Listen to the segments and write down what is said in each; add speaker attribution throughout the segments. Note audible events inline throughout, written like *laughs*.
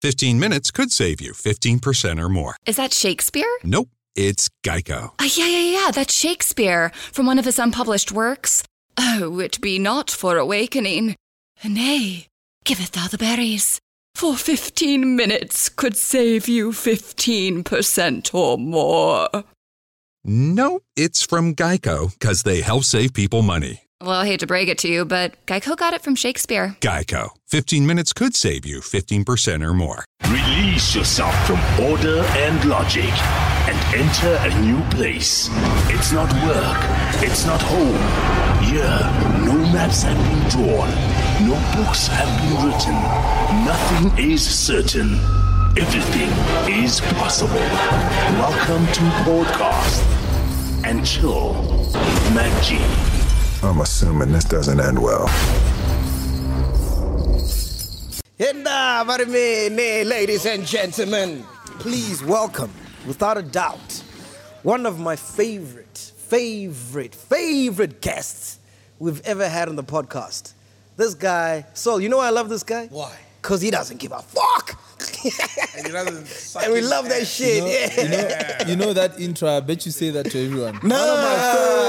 Speaker 1: 15 minutes could save you 15% or more.
Speaker 2: Is that Shakespeare?
Speaker 1: Nope, it's Geico.
Speaker 2: Uh, yeah, yeah, yeah, that's Shakespeare from one of his unpublished works. Oh, it be not for awakening. Nay, giveth thou the berries. For 15 minutes could save you 15% or more.
Speaker 1: Nope, it's from Geico because they help save people money.
Speaker 2: Well, I hate to break it to you, but Geico got it from Shakespeare.
Speaker 1: Geico. 15 minutes could save you 15% or more.
Speaker 3: Release yourself from order and logic and enter a new place. It's not work, it's not home. Here, no maps have been drawn, no books have been written, nothing is certain. Everything is possible. Welcome to Podcast and Chill with Mac G.
Speaker 4: I'm assuming this doesn't end well.
Speaker 5: Hinda Varimene, ladies and gentlemen, please welcome, without a doubt, one of my favorite, favorite, favorite guests we've ever had on the podcast. This guy, Sol, you know why I love this guy?
Speaker 6: Why?
Speaker 5: Because he doesn't give a fuck.
Speaker 6: And, rather than
Speaker 5: *laughs*
Speaker 6: suck
Speaker 5: and we
Speaker 6: his
Speaker 5: love that
Speaker 6: ass,
Speaker 5: shit.
Speaker 6: You know,
Speaker 5: yeah. *laughs*
Speaker 6: you know- you know that intro. I bet you say that to everyone.
Speaker 5: Nah,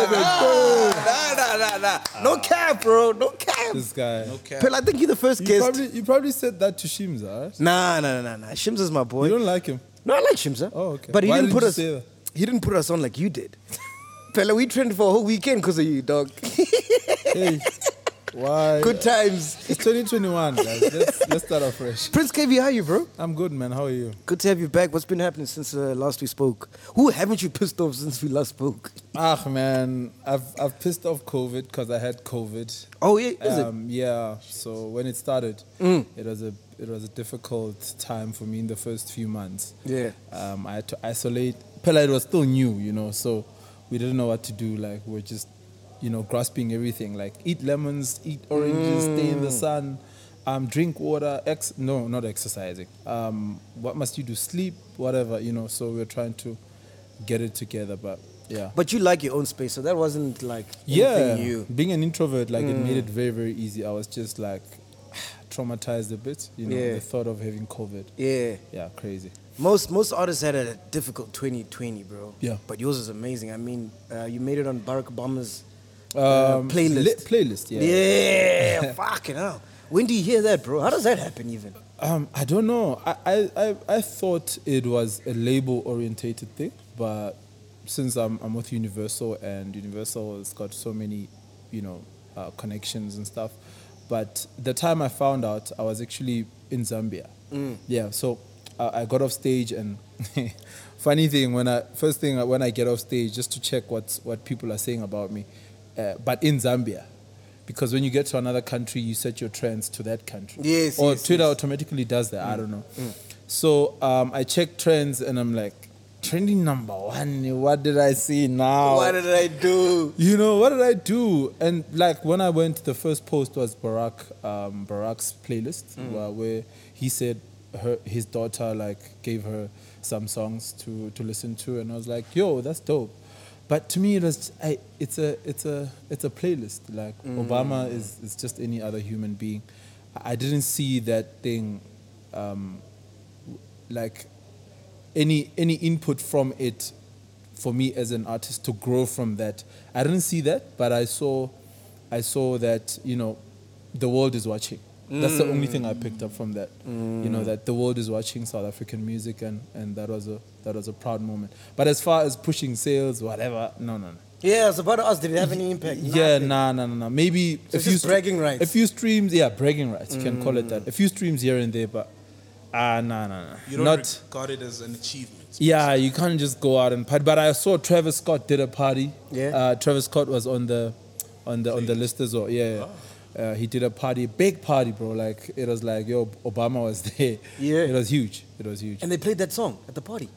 Speaker 5: nah, nah, nah, nah. No cap, bro. No cap.
Speaker 6: This guy.
Speaker 5: Pill, I think you're the first
Speaker 6: You
Speaker 5: guest.
Speaker 6: probably, you probably said that to Shims, alright?
Speaker 5: Nah, nah, nah, nah, nah. Shims is my boy.
Speaker 6: You don't like him.
Speaker 5: No, I like Shimsa.
Speaker 6: Oh, okay.
Speaker 5: But he
Speaker 6: Why
Speaker 5: didn't
Speaker 6: did
Speaker 5: put
Speaker 6: you
Speaker 5: us.
Speaker 6: say that?
Speaker 5: He didn't put us on like you did. *laughs* Fella, we trained for a whole weekend because of you, dog. *laughs*
Speaker 6: Hey, why?
Speaker 5: Good times.
Speaker 6: It's 2021, guys. Let's, let's start afresh.
Speaker 5: Prince KV, how are you, bro?
Speaker 6: I'm good, man. How are you?
Speaker 5: Good to have you back. What's been happening since uh, last we spoke? Who haven't you pissed off since we last spoke?
Speaker 6: Ah, man. I've, I've pissed off COVID because I had COVID.
Speaker 5: Oh, yeah, is it? Mm.
Speaker 6: um, Yeah. So when it started, it was a it was a difficult time for me in the first few months.
Speaker 5: Yeah.
Speaker 6: Um, I had to isolate. Pella, it was still new, you know, so we didn't know what to do. Like we're just, you know, grasping everything. Like eat lemons, eat oranges, stay in the
Speaker 5: Mm.
Speaker 6: sun, um, drink water. Ex no, not exercising. Um, what must you do? Sleep, whatever, you know. So we're trying to get it together, but yeah.
Speaker 5: But you like your own space, so that wasn't like
Speaker 6: Yeah,
Speaker 5: anything new. Mm.
Speaker 6: being an introvert, like it made it very, very easy. I was just like *sighs* traumatized a bit, you know,
Speaker 5: Yeah.
Speaker 6: the thought of having COVID.
Speaker 5: Yeah.
Speaker 6: Yeah, crazy.
Speaker 5: Most most artists had a difficult 2020, bro.
Speaker 6: Yeah.
Speaker 5: But yours is amazing. I mean, uh, you made it on Barack Obama's uh,
Speaker 6: Um,
Speaker 5: playlist.
Speaker 6: li- playlist, yeah.
Speaker 5: Yeah, *laughs* fucking hell. When do you hear that, bro? How does that happen even?
Speaker 6: Um, I don't know. I, I, I, I thought it was a label orientated thing, but since I'm, I'm with Universal and Universal has got so many, you know, uh, connections and stuff. But the time I found out, I was actually in Zambia.
Speaker 5: Mm.
Speaker 6: Yeah, so I, I got off stage and *laughs* funny thing when I first thing when I get off stage just to check what's what people are saying about me, uh, but in Zambia. Because when you get to another country, you set your trends to that country.
Speaker 5: Yes,
Speaker 6: Or
Speaker 5: yes,
Speaker 6: Twitter
Speaker 5: yes.
Speaker 6: automatically does that. I don't know. So um, I check trends and I'm like, trending number one. What did I see now?
Speaker 5: did I do?
Speaker 6: you know what did I do? And like when I went, the first post was Barack um, Barack's playlist where, where he said her his daughter like gave her some songs to to listen to, and I was like, yo, that's dope. But to me, it was I, it's a it's a it's a playlist. Like Obama is is just any other human being. I I didn't see that thing um, like any any input from it for me as an artist to grow from that. I didn't see that, but I saw I saw that, you know, the world is watching. That's the only thing I picked up from that. You know, that the world is watching South African music and, and that was a that was a proud moment. But as far as pushing sales, whatever, no no no.
Speaker 5: Yeah, I was about to ask, did it have any impact?
Speaker 6: Yeah,
Speaker 5: Nothing.
Speaker 6: nah, nah, nah, nah. Maybe
Speaker 5: So it's just bragging rights. Mm.
Speaker 6: A few streams, yeah, bragging rights. You can call it that. A few streams here and there, but ah, nah, nah, nah.
Speaker 7: You don't
Speaker 6: Not
Speaker 7: regard it as an achievement.
Speaker 6: Yeah, you can't just go out and party. But I saw Travis Scott did a party.
Speaker 5: Yeah.
Speaker 7: Oh.
Speaker 6: Uh, Travis Scott was on the on the on the list as well. Yeah. yeah. Uh, he did a party, big party, bro. Like it was like yo, Obama was *laughs* there.
Speaker 5: Yeah.
Speaker 6: it was huge. It was huge.
Speaker 5: And they played that song at the party.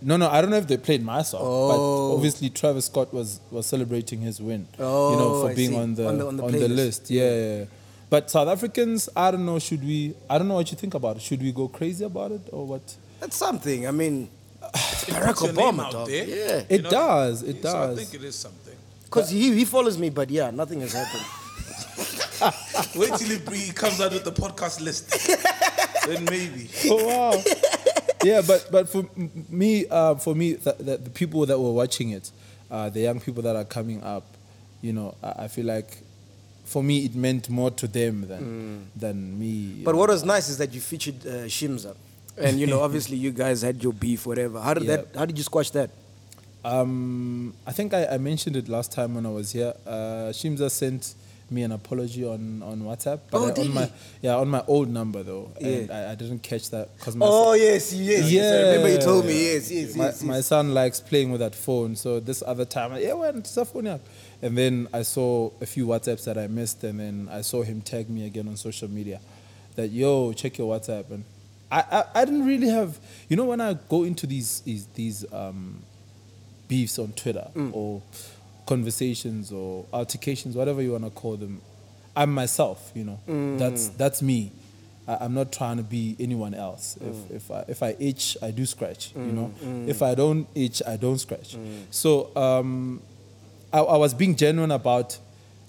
Speaker 6: No, no, I don't know if they played my song,
Speaker 5: Oh.
Speaker 6: but obviously Travis Scott was was celebrating his win.
Speaker 5: Oh,
Speaker 6: you know, for
Speaker 5: I
Speaker 6: being
Speaker 5: see.
Speaker 6: on the
Speaker 5: On the- on the playlist.
Speaker 6: list. Yeah, yeah. yeah. But South Africans, I don't know. Should we? I don't know what you think about it. Should we go crazy about it or what?
Speaker 5: That's something. I *sighs* mean, it's Barack
Speaker 7: Puts your name
Speaker 5: Obama,
Speaker 7: out
Speaker 5: dog.
Speaker 7: there.
Speaker 5: Yeah.
Speaker 6: It does. It
Speaker 7: So I
Speaker 6: does.
Speaker 7: think it is something.
Speaker 5: Because he, he follows me, but yeah, nothing has happened.
Speaker 7: Wait till he- he comes out with the
Speaker 6: *laughs*
Speaker 7: podcast list. then maybe.
Speaker 6: oh wow. yeah, but but for m- me, uh, for me, the, the, the people that were watching it, uh, the young people that are coming up, you know, I, I feel like, for me, it meant more to them than than me.
Speaker 5: *laughs* Mm. But what was nice is that you featured uh, Shimza. And, you know, obviously you guys had your beef, whatever. How did
Speaker 6: Yeah.
Speaker 5: that, how did you squash that?
Speaker 6: Um, I think I, I mentioned it last time when I was here. Uh, Shimza sent me an apology on, on WhatsApp, but
Speaker 5: Oh,
Speaker 6: I-
Speaker 5: did
Speaker 6: on my
Speaker 5: he?
Speaker 6: yeah on my old number though, and
Speaker 5: Yeah.
Speaker 6: I, I didn't catch that because my
Speaker 5: Oh, yes, yes, yes. I remember you told me,
Speaker 6: Yeah.
Speaker 5: yes, yes,
Speaker 6: my,
Speaker 5: yes. yes.
Speaker 6: my son likes playing with that phone, so this other time, I- yeah, when it's a phone, yeah. And then I saw a few WhatsApps that I missed, and then I saw him tag me again on social media, that yo, check your WhatsApp, and I, I, I didn't really have, you know, when I go into these these, these um, beefs on Twitter or conversations or altercations, whatever you want to call them, I'm myself, you know. That's that's me. I, I'm not trying to be anyone else. If if I if I itch, I do scratch, you know. If I don't itch, I don't scratch. So um, I, I was being genuine about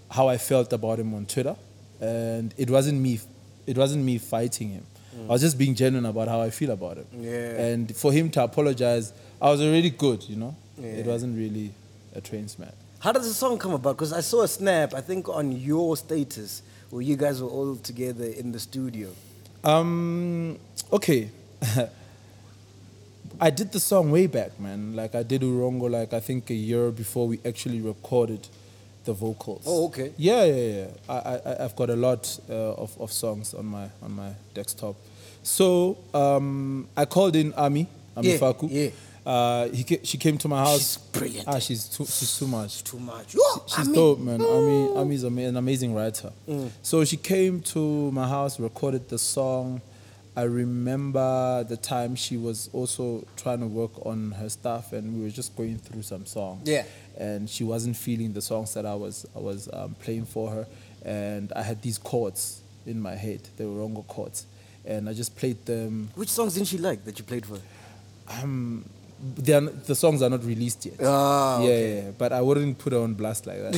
Speaker 6: how I felt about him on Twitter, and it wasn't me. It wasn't me fighting him. I was just being genuine about how I feel about him.
Speaker 5: Yeah.
Speaker 6: And for him to apologize, I was already good, you know. It
Speaker 5: Yeah.
Speaker 6: wasn't really a train smack.
Speaker 5: How does the song come about? Because I saw a snap, I think, on your status where you guys were all together in the studio.
Speaker 6: Um, okay. *laughs* I did the song way back, man. Like I did Urongo like I think a year before we actually recorded the vocals.
Speaker 5: Oh, okay.
Speaker 6: Yeah, yeah, yeah. I, I- I I've got a lot uh, of of songs on my on my desktop. So um, I called in Ami Ami
Speaker 5: Yeah,
Speaker 6: Faku.
Speaker 5: yeah.
Speaker 6: Uh, he ca- she came to my house.
Speaker 5: She's brilliant.
Speaker 6: Ah, she's too she's too much.
Speaker 5: Too much. Oh,
Speaker 6: She's
Speaker 5: I mean- mm.
Speaker 6: dope, man. Ami, Ami's ama- an amazing writer. So she came to my house, recorded the song. I remember the time she was also trying to work on her stuff, and we were just going through some songs.
Speaker 5: Yeah.
Speaker 6: And she wasn't feeling the songs that I was I was um, playing for her, and I had these chords in my head. They were wrong chords, and I just played them. Um,
Speaker 5: Which songs didn't she like that you played for? her?
Speaker 6: They are, n- the songs are not released yet.
Speaker 5: Ah,
Speaker 6: yeah, yeah, yeah. But I wouldn't put her on blast like that.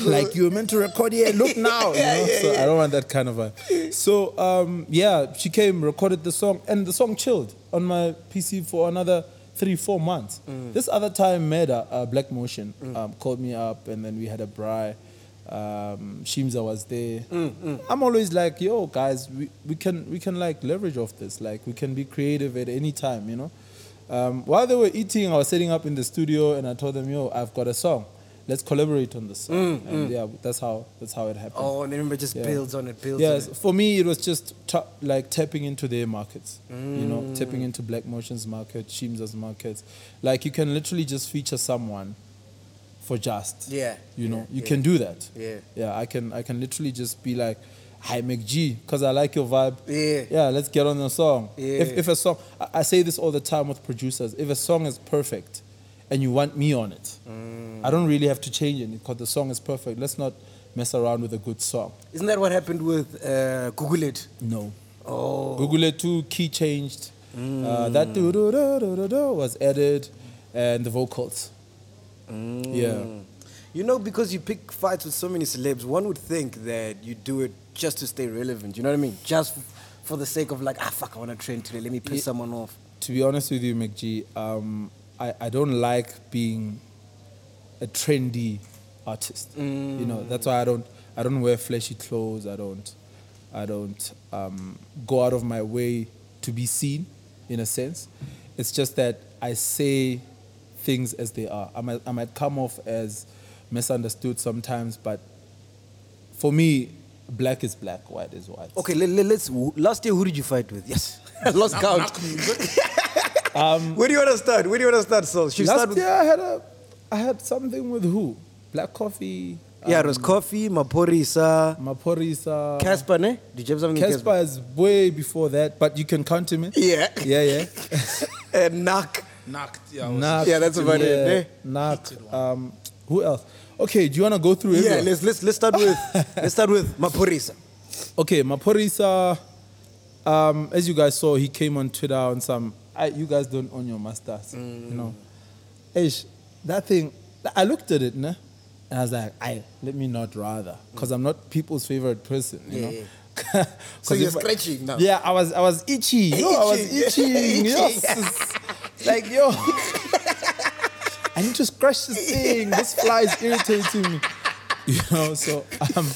Speaker 6: *laughs* like you were meant to record here. Look now, you know. so I don't want that kind of vibe. So um, yeah, she came, recorded the song, and the song chilled on my PC for another three, four months. This other time, Meda, uh, Black Motion, um, called me up, and then we had a bri. Um, Shimza was there. I'm always like, yo, guys, we, we can we can like leverage off this. Like we can be creative at any time, you know. Um, while they were eating, I was setting up in the studio, and I told them, yo, I've got a song let's collaborate on this song. and yeah that's how that's how it happened
Speaker 5: Oh, and remember, just
Speaker 6: Yeah.
Speaker 5: builds on it, builds
Speaker 6: yes
Speaker 5: on it.
Speaker 6: for me it was just ta- like tapping into their markets you
Speaker 5: Mm.
Speaker 6: know tapping into black motion's market shimza's markets like you can literally just feature someone for just
Speaker 5: Yeah,
Speaker 6: you know
Speaker 5: yeah,
Speaker 6: you
Speaker 5: yeah.
Speaker 6: can do that
Speaker 5: Yeah.
Speaker 6: yeah i can i can literally just be like hi mcg because i like your vibe
Speaker 5: Yeah.
Speaker 6: yeah let's get on the song if,
Speaker 5: Yeah.
Speaker 6: if a song I, I say this all the time with producers if a song is perfect and you want me on it
Speaker 5: Mm.
Speaker 6: i don't really have to change it because the song is perfect let's not mess around with a good song
Speaker 5: Isn't that what happened with uh, Google It?
Speaker 6: no
Speaker 5: Oh,
Speaker 6: Google it too. Key changed. Uh, that do do do do do do was added, and the vocals. Yeah.
Speaker 5: You know, because you pick fights with so many celebs, one would think that you do it just to stay relevant. You know what I mean? Just f- for the sake of like, ah, fuck, I want to train today. Let me piss
Speaker 6: Ye-
Speaker 5: someone off.
Speaker 6: To be honest with you, McG, um, I I don't like being a trendy artist. You know that's why I don't I don't wear flashy clothes. I don't I don't um, go out of my way to be seen. In a sense, it's just that I say things as they are. I might I might come off as misunderstood sometimes, but for me, black is black, white is white.
Speaker 5: Okay, let, let, us Last year, who did you fight with? Yes, *laughs* I lost
Speaker 7: Knock-
Speaker 5: count.
Speaker 7: knock me,
Speaker 5: *laughs*
Speaker 7: but-
Speaker 5: Where do you want to start? Where do you want to start, Sol? Should we
Speaker 6: Um, Last
Speaker 5: start with
Speaker 6: year I had a I had something with who? black coffee. uh,
Speaker 5: Yeah, it was coffee, maporisa,
Speaker 6: Maporisa.
Speaker 5: Casper, ne? Did you have something with
Speaker 6: Casper is way before that, but you can count him in.
Speaker 5: Yeah.
Speaker 6: Yeah, yeah.
Speaker 5: And Um, knock.
Speaker 7: knocked. Yeah, I was-
Speaker 5: *laughs*
Speaker 6: Nak,
Speaker 5: Yeah, that's about it, eh?
Speaker 6: Nak. Um, who else? Okay, do you want to go through
Speaker 5: Yeah,
Speaker 6: everyone?
Speaker 5: let's let's let's start with let's start with maporisa.
Speaker 6: Okay, Maporisa, um, as you guys saw, he came on Twitter on some. I, you guys don't own your masters,
Speaker 5: Mm.
Speaker 6: you know. Ish, that thing. I looked at it, ne? and I was like, I let me not rather, because I'm not people's favorite person, you know. *laughs* 'Cause
Speaker 5: you're
Speaker 6: if I-
Speaker 5: scratching now?
Speaker 6: Yeah, I was, I was itchy. Yo, I
Speaker 5: *laughs*
Speaker 6: was
Speaker 5: Itchy.
Speaker 6: itching. yes. like
Speaker 5: *laughs*
Speaker 6: yo, I need to scratch this thing. This fly is irritating me. You know, so um,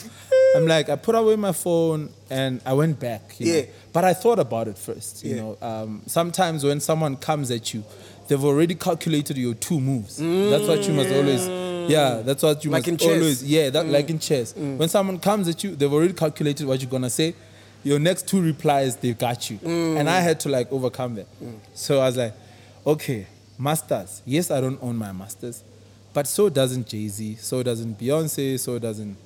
Speaker 6: I'm like, I put away my phone and I went back. You
Speaker 5: Yeah.
Speaker 6: Know? But I thought about it first. You
Speaker 5: Yeah.
Speaker 6: know, um, sometimes when someone comes at you, they've already calculated your two moves. That's what you must always. Yeah, that's what you
Speaker 5: Like in
Speaker 6: must
Speaker 5: chess. Mm.
Speaker 6: always. Yeah, that, like in chess. When someone comes at you, they've already calculated what you're gonna say. Your next two replies, they got you.
Speaker 5: Mm.
Speaker 6: And I had to like overcome that. So I was like, okay, masters. Yes, I don't own my masters, but so doesn't Jay Z. So doesn't Beyonce. So doesn't.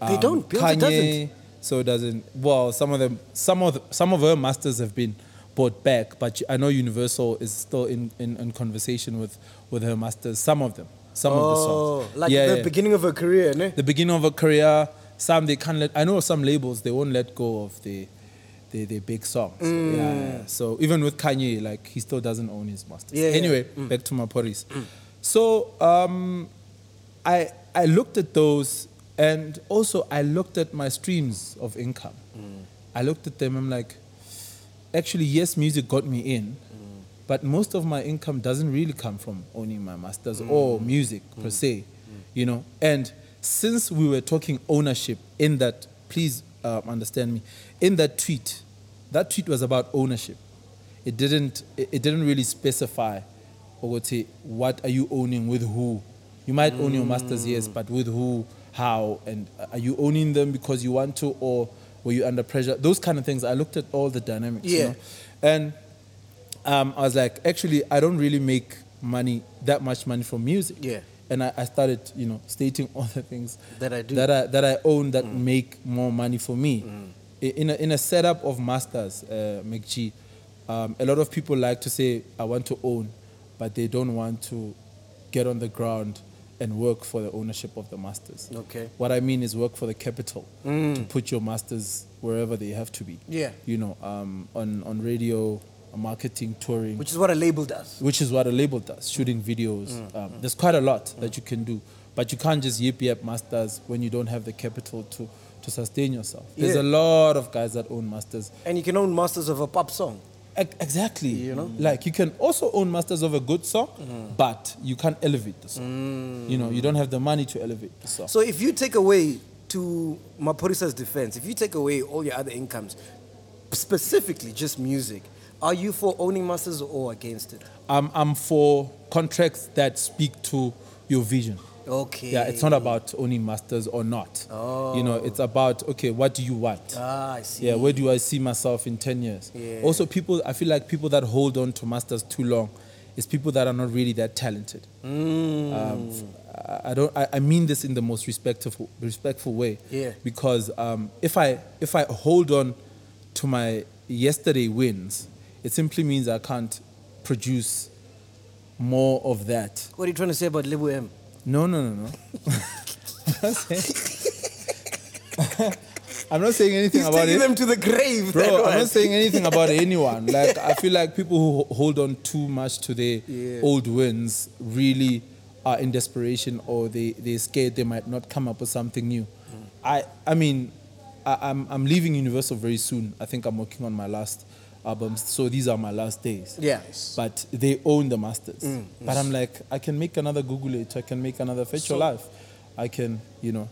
Speaker 5: They
Speaker 6: um,
Speaker 5: don't. Beyonce
Speaker 6: Kanye.
Speaker 5: doesn't.
Speaker 6: So doesn't. Well, some of them, some of the- some of her masters have been bought back, but I know Universal is still in in, in conversation with with her masters. Some of them. Some of the
Speaker 5: Oh,
Speaker 6: songs.
Speaker 5: like
Speaker 6: Yeah,
Speaker 5: the
Speaker 6: yeah
Speaker 5: beginning of a career, ne?
Speaker 6: the beginning of a career. Some they can't let. I know some labels they won't let go of the, the, the big songs.
Speaker 5: Mm.
Speaker 6: Yeah, yeah. So even with Kanye, like he still doesn't own his masters.
Speaker 5: Yeah, Mm. yeah.
Speaker 6: anyway, back to my Maporis. So um, I I looked at those, and also I looked at my streams of income.
Speaker 5: Mm.
Speaker 6: I looked at them. I'm like, actually, yes, music got me in. But most of my income doesn't really come from owning my masters or music per se, you know. And since we were talking ownership in that, please um, understand me, in that tweet, that tweet was about ownership. It didn't, it, it didn't really specify ukuthi, what are you owning with who. You might own your masters, yes, but with who, how, and are you owning them because you want to or were you under pressure? Those kind of things. I looked at all the dynamics. you
Speaker 5: Yeah.
Speaker 6: know. And um, I was like, actually, I don't really make money that much money from music.
Speaker 5: Yeah.
Speaker 6: And I, I started, you know, stating *laughs* all the things
Speaker 5: That I do. Mm.
Speaker 6: that I that I own that make more money for me. I- In a, in a setup of masters, uh, McG, um, a lot of people like to say I want to own, but they don't want to get on the ground and work for the ownership of the masters.
Speaker 5: Okay. Mm.
Speaker 6: What I mean is work for the capital to put your masters wherever they have to be.
Speaker 5: Yeah.
Speaker 6: You know, um, on on radio, marketing, touring
Speaker 5: Which is what a label does.
Speaker 6: which is what a label does shooting videos um, there's quite a lot that you can do but you can't just yip yap masters when you don't have the capital to to sustain yourself there's
Speaker 5: Yeah.
Speaker 6: a lot of guys that own masters
Speaker 5: And you can own masters of a pop song.
Speaker 6: Ex- exactly you know like you can also own masters of a good song but you can't elevate the song you know you don't have the money to elevate the song
Speaker 5: So if you take away to Maporisa's defense, if you take away all your other incomes, specifically just music, are you for owning masters or against it?
Speaker 6: I'm, I'm for contracts that speak to your vision
Speaker 5: Okay.
Speaker 6: yeah it's not about owning masters or not you know it's about okay what do you want
Speaker 5: Ah, I see.
Speaker 6: Yeah, where do I see myself in 10 years?
Speaker 5: Yeah.
Speaker 6: Also, people, I feel like people that hold on to masters too long is people that are not really that talented.
Speaker 5: Mm.
Speaker 6: Um, f- I, I don't. I, I mean this in the most respectful, respectful way.
Speaker 5: Yeah.
Speaker 6: Because um, if I if I hold on to my yesterday wins, it simply means I can't produce more of that.
Speaker 5: What are you trying to say about Lebu M?
Speaker 6: No, no, no, *laughs* no. I'm not saying- I'm not saying *laughs* anything
Speaker 5: He's
Speaker 6: about
Speaker 5: taking
Speaker 6: it.
Speaker 5: them to the grave. that
Speaker 6: Bro,
Speaker 5: one.
Speaker 6: I'm not saying
Speaker 5: *laughs*
Speaker 6: anything about anyone. Like, I feel like people who ho- hold on too much to their
Speaker 5: Yeah.
Speaker 6: old wins really are in desperation or they, they're scared they might not come up with something new.
Speaker 5: Mm.
Speaker 6: I, I mean, I, I'm, I'm leaving Universal very soon. I think I'm working on my last albums, so these are my last days.
Speaker 5: Yeah. Mm,
Speaker 6: But they own the masters. But I'm like, I can make another Google it, I can make another Fetch Your
Speaker 7: So-
Speaker 6: Life. I can, you know.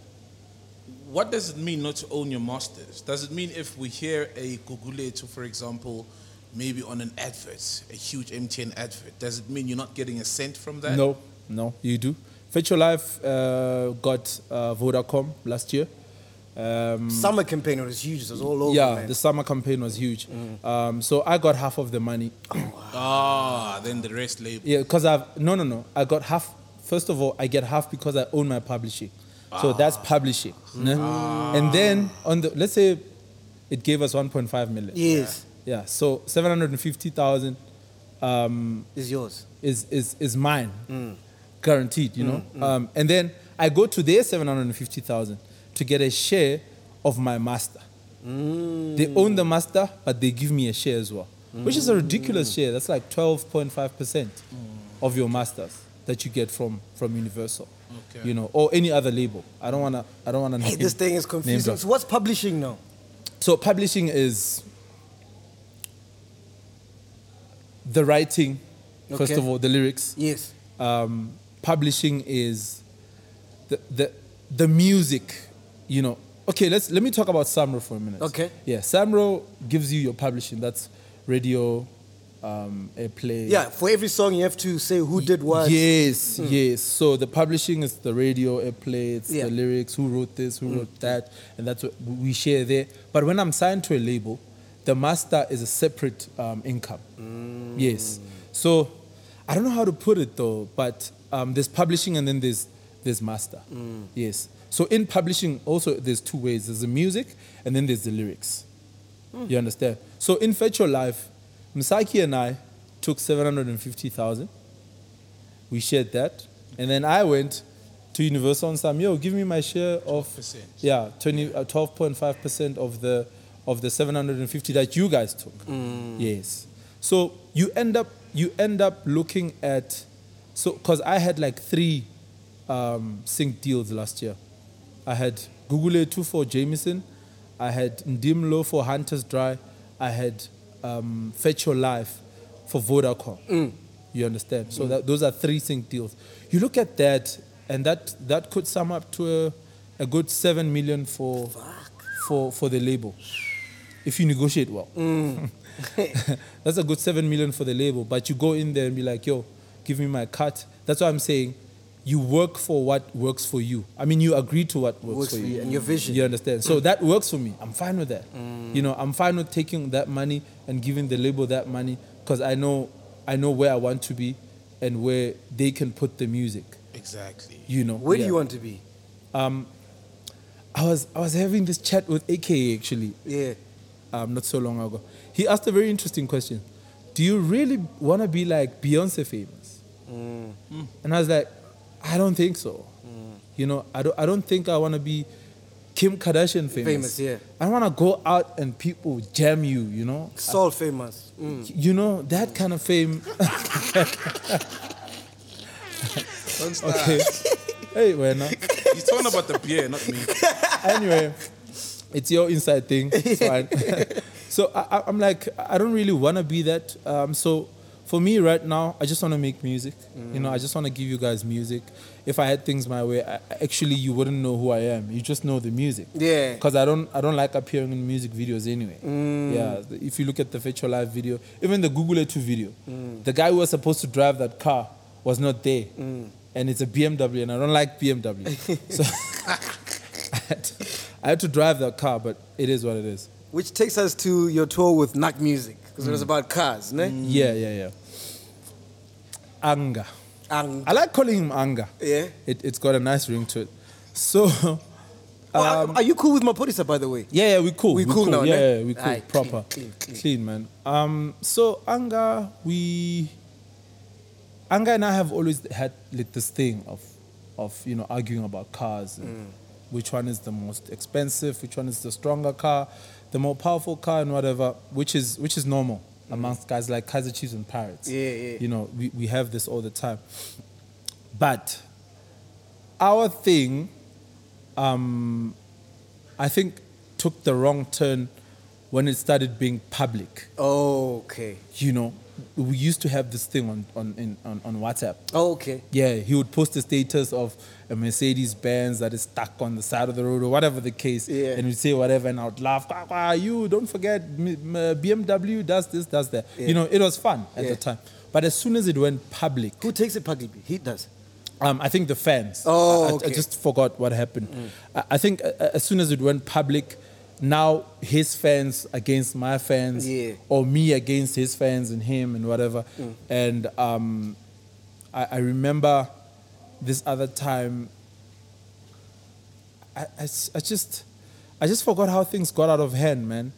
Speaker 7: What does it mean not to own your masters? Does it mean if we hear a Guguletu, for example, maybe on an advert, a huge MTN advert, does it mean you're not getting a cent from that?
Speaker 6: No, no, you do. Fetch Your Life uh, got uh, Vodacom last year. Um,
Speaker 5: Summer campaign was huge. It was all over.
Speaker 6: yeah,
Speaker 5: man.
Speaker 6: the summer campaign was huge. Um, so I got half of the money.
Speaker 7: Ah, then the rest label.
Speaker 6: Yeah, because I've no, no, no. I got half First of all, I get half because I own my publishing. So that's publishing. ne? And then on the let's say it gave us 1.5 million.
Speaker 5: Yes.
Speaker 6: Yeah. So 750,000
Speaker 5: Is yours.
Speaker 6: is is is mine,
Speaker 5: Mm.
Speaker 6: guaranteed. You know, Um, and then I go to their seven hundred and fifty thousand to get a share of my master.
Speaker 5: Mm.
Speaker 6: They own the master, but they give me a share as well, which
Speaker 5: Mm.
Speaker 6: is a ridiculous share. That's like twelve point five percent of your masters that you get from from Universal.
Speaker 7: Okay.
Speaker 6: You know, or any other label. I don't wanna. I don't wanna.
Speaker 5: Hey,
Speaker 6: name-
Speaker 5: this thing is
Speaker 6: name
Speaker 5: confusing.
Speaker 6: drop.
Speaker 5: So what's publishing now?
Speaker 6: So publishing is the writing, first
Speaker 5: Okay.
Speaker 6: of all, the lyrics
Speaker 5: Yes.
Speaker 6: um, publishing is the, the the music, you know. Okay, let's let me talk about Samro for a minute.
Speaker 5: Okay.
Speaker 6: Yeah, Samro gives you your publishing. That's radio, um, airplay.
Speaker 5: Yeah, for every song you have to say who did what.
Speaker 6: Yes, yes. So the publishing is the radio, airplay, it's
Speaker 5: Yeah.
Speaker 6: the lyrics, who wrote this, who wrote that, and that's what we share there. But when I'm signed to a label, the master is a separate um, income. Yes. So I don't know how to put it though, but um, there's publishing and then there's there's master. Yes. So in publishing, also there's two ways: there's the music and then there's the lyrics. You understand? So in Fetch Your Life, Misaki and I took 750,000. We shared that. And then I went to Universal and said, yo, give me my share of,
Speaker 7: 12%.
Speaker 6: yeah, 20, uh, 12.5% of the, of the 750 that you guys took. Yes. So you end up, you end up looking at, so, cause I had like three um, sync deals last year. I had Google 2 for Jameson. I had Ndimlo for Hunters Dry. I had um, Fetch Your Life for Vodacom. You understand? So that, those are three sync deals. You look at that, and that that could sum up to a, a good seven million for for for the label, if you negotiate well.
Speaker 5: Mm.
Speaker 6: *laughs* That's a good seven million for the label. But you go in there and be like, yo, give me my cut. That's why I'm saying you work for what works for you. I mean you agree to what works,
Speaker 5: Works
Speaker 6: for
Speaker 5: for
Speaker 6: you.
Speaker 5: you and your vision. Mm.
Speaker 6: You understand? So that works for me. I'm fine with that. You know, I'm fine with taking that money and giving the label that money because I know I know where I want to be and where they can put the music.
Speaker 7: Exactly.
Speaker 6: You know.
Speaker 5: Where do
Speaker 6: Yeah.
Speaker 5: you want to be?
Speaker 6: I was I was having this chat with AKA actually.
Speaker 5: Yeah.
Speaker 6: um, not so long ago. He asked a very interesting question. Do you really want to be like Beyonce famous?
Speaker 5: Mm.
Speaker 6: And I was like, I don't think so. You know, I don't, I don't think I want to be Kim Kardashian famous.
Speaker 5: Famous, yeah.
Speaker 6: I want to go out and people jam you, you know?
Speaker 5: Soul famous. Mm.
Speaker 6: You know, that kind of
Speaker 5: *laughs*
Speaker 6: fame. *laughs*
Speaker 7: Don't start.
Speaker 6: Okay. hey, well, now.
Speaker 7: He's talking about the beer, not me.
Speaker 6: anyway, it's your inside thing. It's fine. *laughs* so I, I- I'm like, I don't really want to be that. Um, so for me right now, I just want to make music. You know, I just want to give you guys music. If I had things my way, I, I- actually, you wouldn't know who I am. You just know the music.
Speaker 5: Yeah.
Speaker 6: Because I don't, I don't like appearing in music videos anyway. Yeah. the- If you look at the Virtual Live video, even the Google Two video, the guy who was supposed to drive that car was not there. And it's a BMW, and I don't like BMW. so *laughs* I had, to, I had to drive that car, but it is what it is.
Speaker 5: Which takes us to your tour with Knock Music. Because it was
Speaker 6: Mm.
Speaker 5: about cars, ne?
Speaker 6: Yeah, yeah, yeah. Anger.
Speaker 5: And
Speaker 6: I like calling him Anger.
Speaker 5: Yeah.
Speaker 6: It, it's got a nice ring to it. So, *laughs*
Speaker 5: Oh, are-
Speaker 6: um,
Speaker 5: are you cool with Mapolisa, by the way?
Speaker 6: yeah, yeah, we cool.
Speaker 5: We cool now,
Speaker 6: Yeah,
Speaker 5: ne?
Speaker 6: yeah, we cool.
Speaker 5: Aye, clean,
Speaker 6: proper.
Speaker 5: clean, clean.
Speaker 6: man. Um, so, Anger, we. Anger and I have always had like, this thing of, of you know, arguing about cars.
Speaker 5: Mm.
Speaker 6: And Which one is the most expensive? Which one is the stronger car, the more powerful car, and whatever, which is which is normal amongst guys like Kaiser Chiefs and Pirates.
Speaker 5: Mm. Yeah, yeah.
Speaker 6: You know, we, we have this all the time. But our thing, um, I think, took the wrong turn when it started being public.
Speaker 5: Okay.
Speaker 6: You know, we used to have this thing on on in, on, on WhatsApp.
Speaker 5: Okay.
Speaker 6: Yeah, he would post the status of a Mercedes Benz that is stuck on the side of the road or whatever the case.
Speaker 5: Yeah.
Speaker 6: And we'd say whatever and I would laugh. "Kwa, kwa, you, don't forget, m- uh, m- BMW does this, does that.
Speaker 5: Yeah.
Speaker 6: You know, it was fun at
Speaker 5: Yeah.
Speaker 6: the time. But as soon as it went public,
Speaker 5: Who takes it publicly? He does.
Speaker 6: um, I think the fans.
Speaker 5: Oh,
Speaker 6: I- I, I
Speaker 5: okay. Mm.
Speaker 6: just forgot what happened. I, I think uh, as soon as it went public, now his fans against my fans,
Speaker 5: Yeah. Mm.
Speaker 6: or me against his fans and him and whatever. And um, I, I remember this other time, I, I s- I just, I just forgot how things got out of hand, man.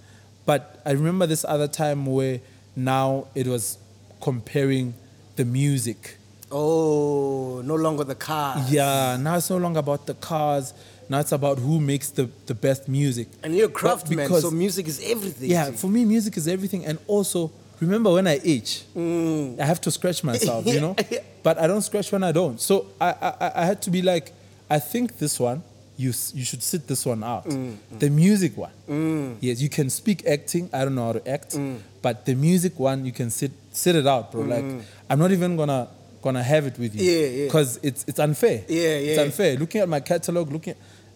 Speaker 6: But I remember this other time where now it was comparing the music.
Speaker 5: Oh, no longer the car.
Speaker 6: Yeah, now it's no longer about the cars. Now it's about who makes the, the best music.
Speaker 5: And you're a
Speaker 6: But
Speaker 5: craftsman,
Speaker 6: because-
Speaker 5: so music is everything.
Speaker 6: yeah,
Speaker 5: to you.
Speaker 6: for me, music is everything. And also, remember when I itch, I have to scratch myself, you know?
Speaker 5: Mm. *laughs* Yeah.
Speaker 6: But I don't scratch when I don't. So I, I, I- I had to be like, I think this one, you, s- you should sit this one out.
Speaker 5: Mm,
Speaker 6: The music one. Yes, you can speak acting. I don't know how to act.
Speaker 5: Mm.
Speaker 6: But the music one, you can sit, sit it out, bro. Like, I'm not even going to gonna have it with you
Speaker 5: Yeah, yeah.
Speaker 6: because it's it's unfair
Speaker 5: Yeah,
Speaker 6: it's
Speaker 5: yeah.
Speaker 6: unfair looking at my catalog looking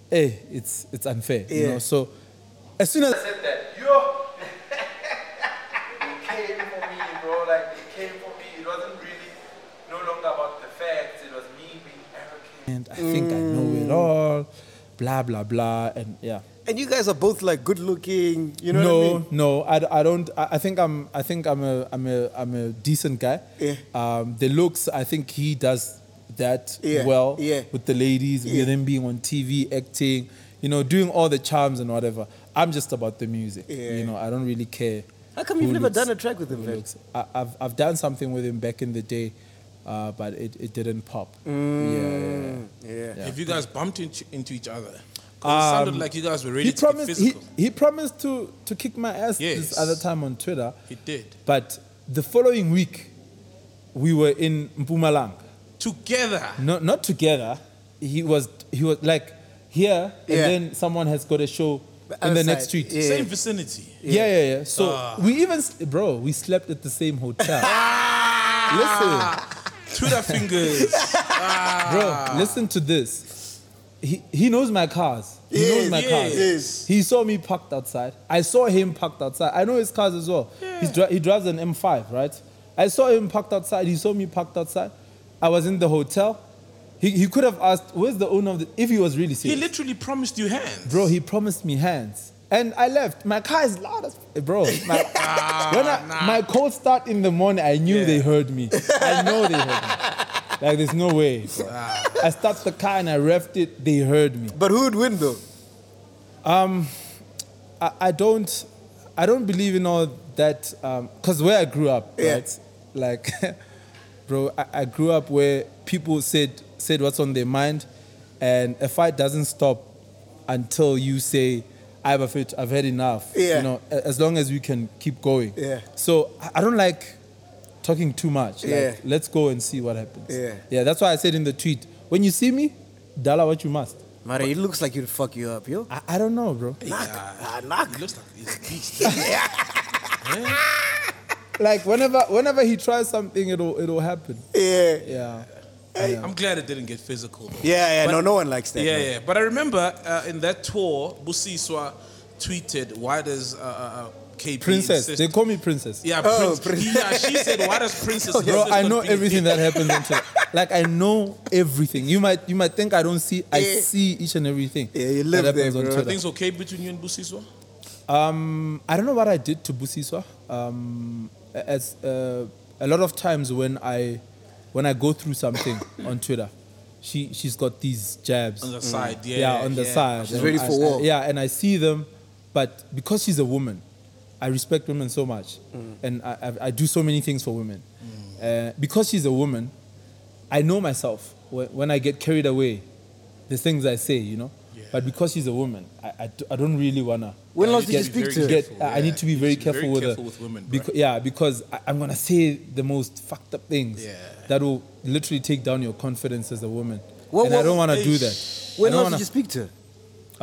Speaker 6: hey it's it's unfair you
Speaker 5: Yeah.
Speaker 6: know so as soon as
Speaker 8: came for me, bro. Like they came for me. It wasn't really no longer about the facts. It was me being arrogant.
Speaker 6: and I think I know it
Speaker 5: Mm.
Speaker 6: all, blah blah blah, and yeah.
Speaker 5: And you guys are both like good looking, you know
Speaker 6: no,
Speaker 5: what I mean?
Speaker 6: no, I, d- I don't. I, I think I'm. I think I'm a. I'm a. I'm a decent guy.
Speaker 5: Yeah.
Speaker 6: Um, the looks. I think he does that
Speaker 5: Yeah,
Speaker 6: well.
Speaker 5: yeah.
Speaker 6: With the ladies,
Speaker 5: Yeah.
Speaker 6: with them being on TV, acting, you know, doing all the charms and whatever. I'm just about the music.
Speaker 5: Yeah.
Speaker 6: You know, I don't really care.
Speaker 5: How come you've
Speaker 6: who
Speaker 5: never done a track with him,
Speaker 6: who
Speaker 5: man?
Speaker 6: looks. I, I've I've done something with him back in the day, uh, but it, it didn't pop.
Speaker 5: Mm.
Speaker 6: Yeah, yeah, yeah.
Speaker 5: Yeah.
Speaker 7: Have you guys bumped into, into each other? 'Cause it sounded like you guys were ready
Speaker 6: he
Speaker 7: to
Speaker 6: promised
Speaker 7: get
Speaker 6: he,
Speaker 7: physical.
Speaker 6: he promised to to kick my ass
Speaker 7: Yes.
Speaker 6: this other time on Twitter.
Speaker 7: He did.
Speaker 6: But the following week, we were in Mpumalang.
Speaker 7: Together.
Speaker 6: No, not together. He was he was like here, and
Speaker 5: Yeah.
Speaker 6: then someone has got a show in the
Speaker 5: Outside,
Speaker 6: next street.
Speaker 5: yeah.
Speaker 7: Same vicinity. Ah.
Speaker 6: Yeah, yeah, yeah. So we even s- bro, we slept at the same hotel. listen, *laughs*
Speaker 7: Twitter fingers. Ah.
Speaker 6: bro, listen to this. He, he knows my cars. He knows my cars.
Speaker 7: yes.
Speaker 6: He saw me parked outside. I saw him parked outside. I know his cars as well. He's dri- he drives an M5, right? I saw him parked outside. He saw me parked outside. I was in the hotel. He, he could have asked, where's the owner of the... If he was really
Speaker 7: He
Speaker 6: serious.
Speaker 7: literally promised you hands.
Speaker 6: Bro, he promised me hands. And I left. My car is loud as bro. My, when I, my cold start in the morning, I knew they heard me. I know they heard me. Like there's no way. bro. I start the car and I revved it. They heard me.
Speaker 5: But who would win though?
Speaker 6: I, I don't I don't believe in all that because where I grew up,
Speaker 5: Yeah.
Speaker 6: right? Like, *laughs* bro, I, I grew up where people said said what's on their mind, and a fight doesn't stop until you say, "I've a fit, I've had enough."
Speaker 5: Yeah.
Speaker 6: You know, a- as long as we can keep going.
Speaker 5: Yeah.
Speaker 6: So I- I don't like talking too much. Like,
Speaker 5: Yeah.
Speaker 6: Let's go and see what happens.
Speaker 5: Yeah.
Speaker 6: Yeah. That's why I said in the tweet, when you see me, dala what you must.
Speaker 5: Mara, it looks like you'd fuck you up, yo.
Speaker 6: I, I don't know, bro.
Speaker 5: Knock. Ah, knock.
Speaker 7: He looks like he's a beast.
Speaker 6: like whenever whenever he tries something, it'll it'll
Speaker 5: *laughs*
Speaker 6: happen.
Speaker 5: Yeah.
Speaker 6: *laughs* Yeah.
Speaker 7: I'm glad it didn't get physical. though.
Speaker 5: Yeah, yeah,
Speaker 7: But-
Speaker 5: no, no one likes that.
Speaker 7: Yeah,
Speaker 5: man.
Speaker 7: yeah. But I remember uh, in that tour, Busiswa tweeted, "Why does uh, uh, uh, KP
Speaker 6: Princess.
Speaker 7: insist-
Speaker 6: They call me princess.
Speaker 7: yeah,
Speaker 5: Oh,
Speaker 7: Prince,
Speaker 5: Prince.
Speaker 7: yeah, she said, "Why does
Speaker 6: *laughs*
Speaker 7: Princess?"
Speaker 6: Bro,
Speaker 7: insist
Speaker 6: I
Speaker 7: on
Speaker 6: know
Speaker 7: being
Speaker 6: everything that
Speaker 7: here?"
Speaker 6: happens
Speaker 5: *laughs*
Speaker 6: on Twitter. Like I know everything. You might you might think I don't see I
Speaker 5: Yeah.
Speaker 6: see each and everything.
Speaker 5: Yeah, you
Speaker 6: that
Speaker 5: live
Speaker 6: happens
Speaker 5: there, bro.
Speaker 6: on Twitter. Um,
Speaker 7: Things okay between you and Busiswa?
Speaker 6: I don't know what I did to Busiswa. Um, as uh, a lot of times when I when I go through something on Twitter, she she's got these jabs
Speaker 7: On the side, yeah,
Speaker 6: Mm. on the
Speaker 7: yeah.
Speaker 6: side.
Speaker 5: She's
Speaker 6: And
Speaker 5: ready
Speaker 6: I-
Speaker 5: for war.
Speaker 6: I- yeah, and I see them, but because she's a woman, I respect women so much,
Speaker 7: Mm.
Speaker 6: and I, I I do so many things for women. Uh, because she's a woman, I know myself when, when I get carried away, the things I say, you know. But because she's a woman, I, I, do, I don't really wanna
Speaker 5: When
Speaker 7: Yeah,
Speaker 5: last did you
Speaker 7: you need to
Speaker 5: speak
Speaker 7: be very
Speaker 5: to her?
Speaker 7: careful.
Speaker 6: get. I I
Speaker 7: yeah.
Speaker 6: need to be
Speaker 7: You
Speaker 6: very
Speaker 7: should be very
Speaker 6: careful, with,
Speaker 7: careful
Speaker 6: her.
Speaker 7: with women,
Speaker 6: Beca-
Speaker 7: bruh.
Speaker 6: yeah, because I, I'm gonna say the most fucked up things
Speaker 7: Yeah.
Speaker 6: that will literally take down your confidence as a woman,
Speaker 5: What-
Speaker 6: and I
Speaker 5: what-
Speaker 6: don't wanna do
Speaker 7: Eish.
Speaker 6: that. I
Speaker 5: When
Speaker 6: don't
Speaker 5: last
Speaker 6: wanna-
Speaker 5: did you speak to her?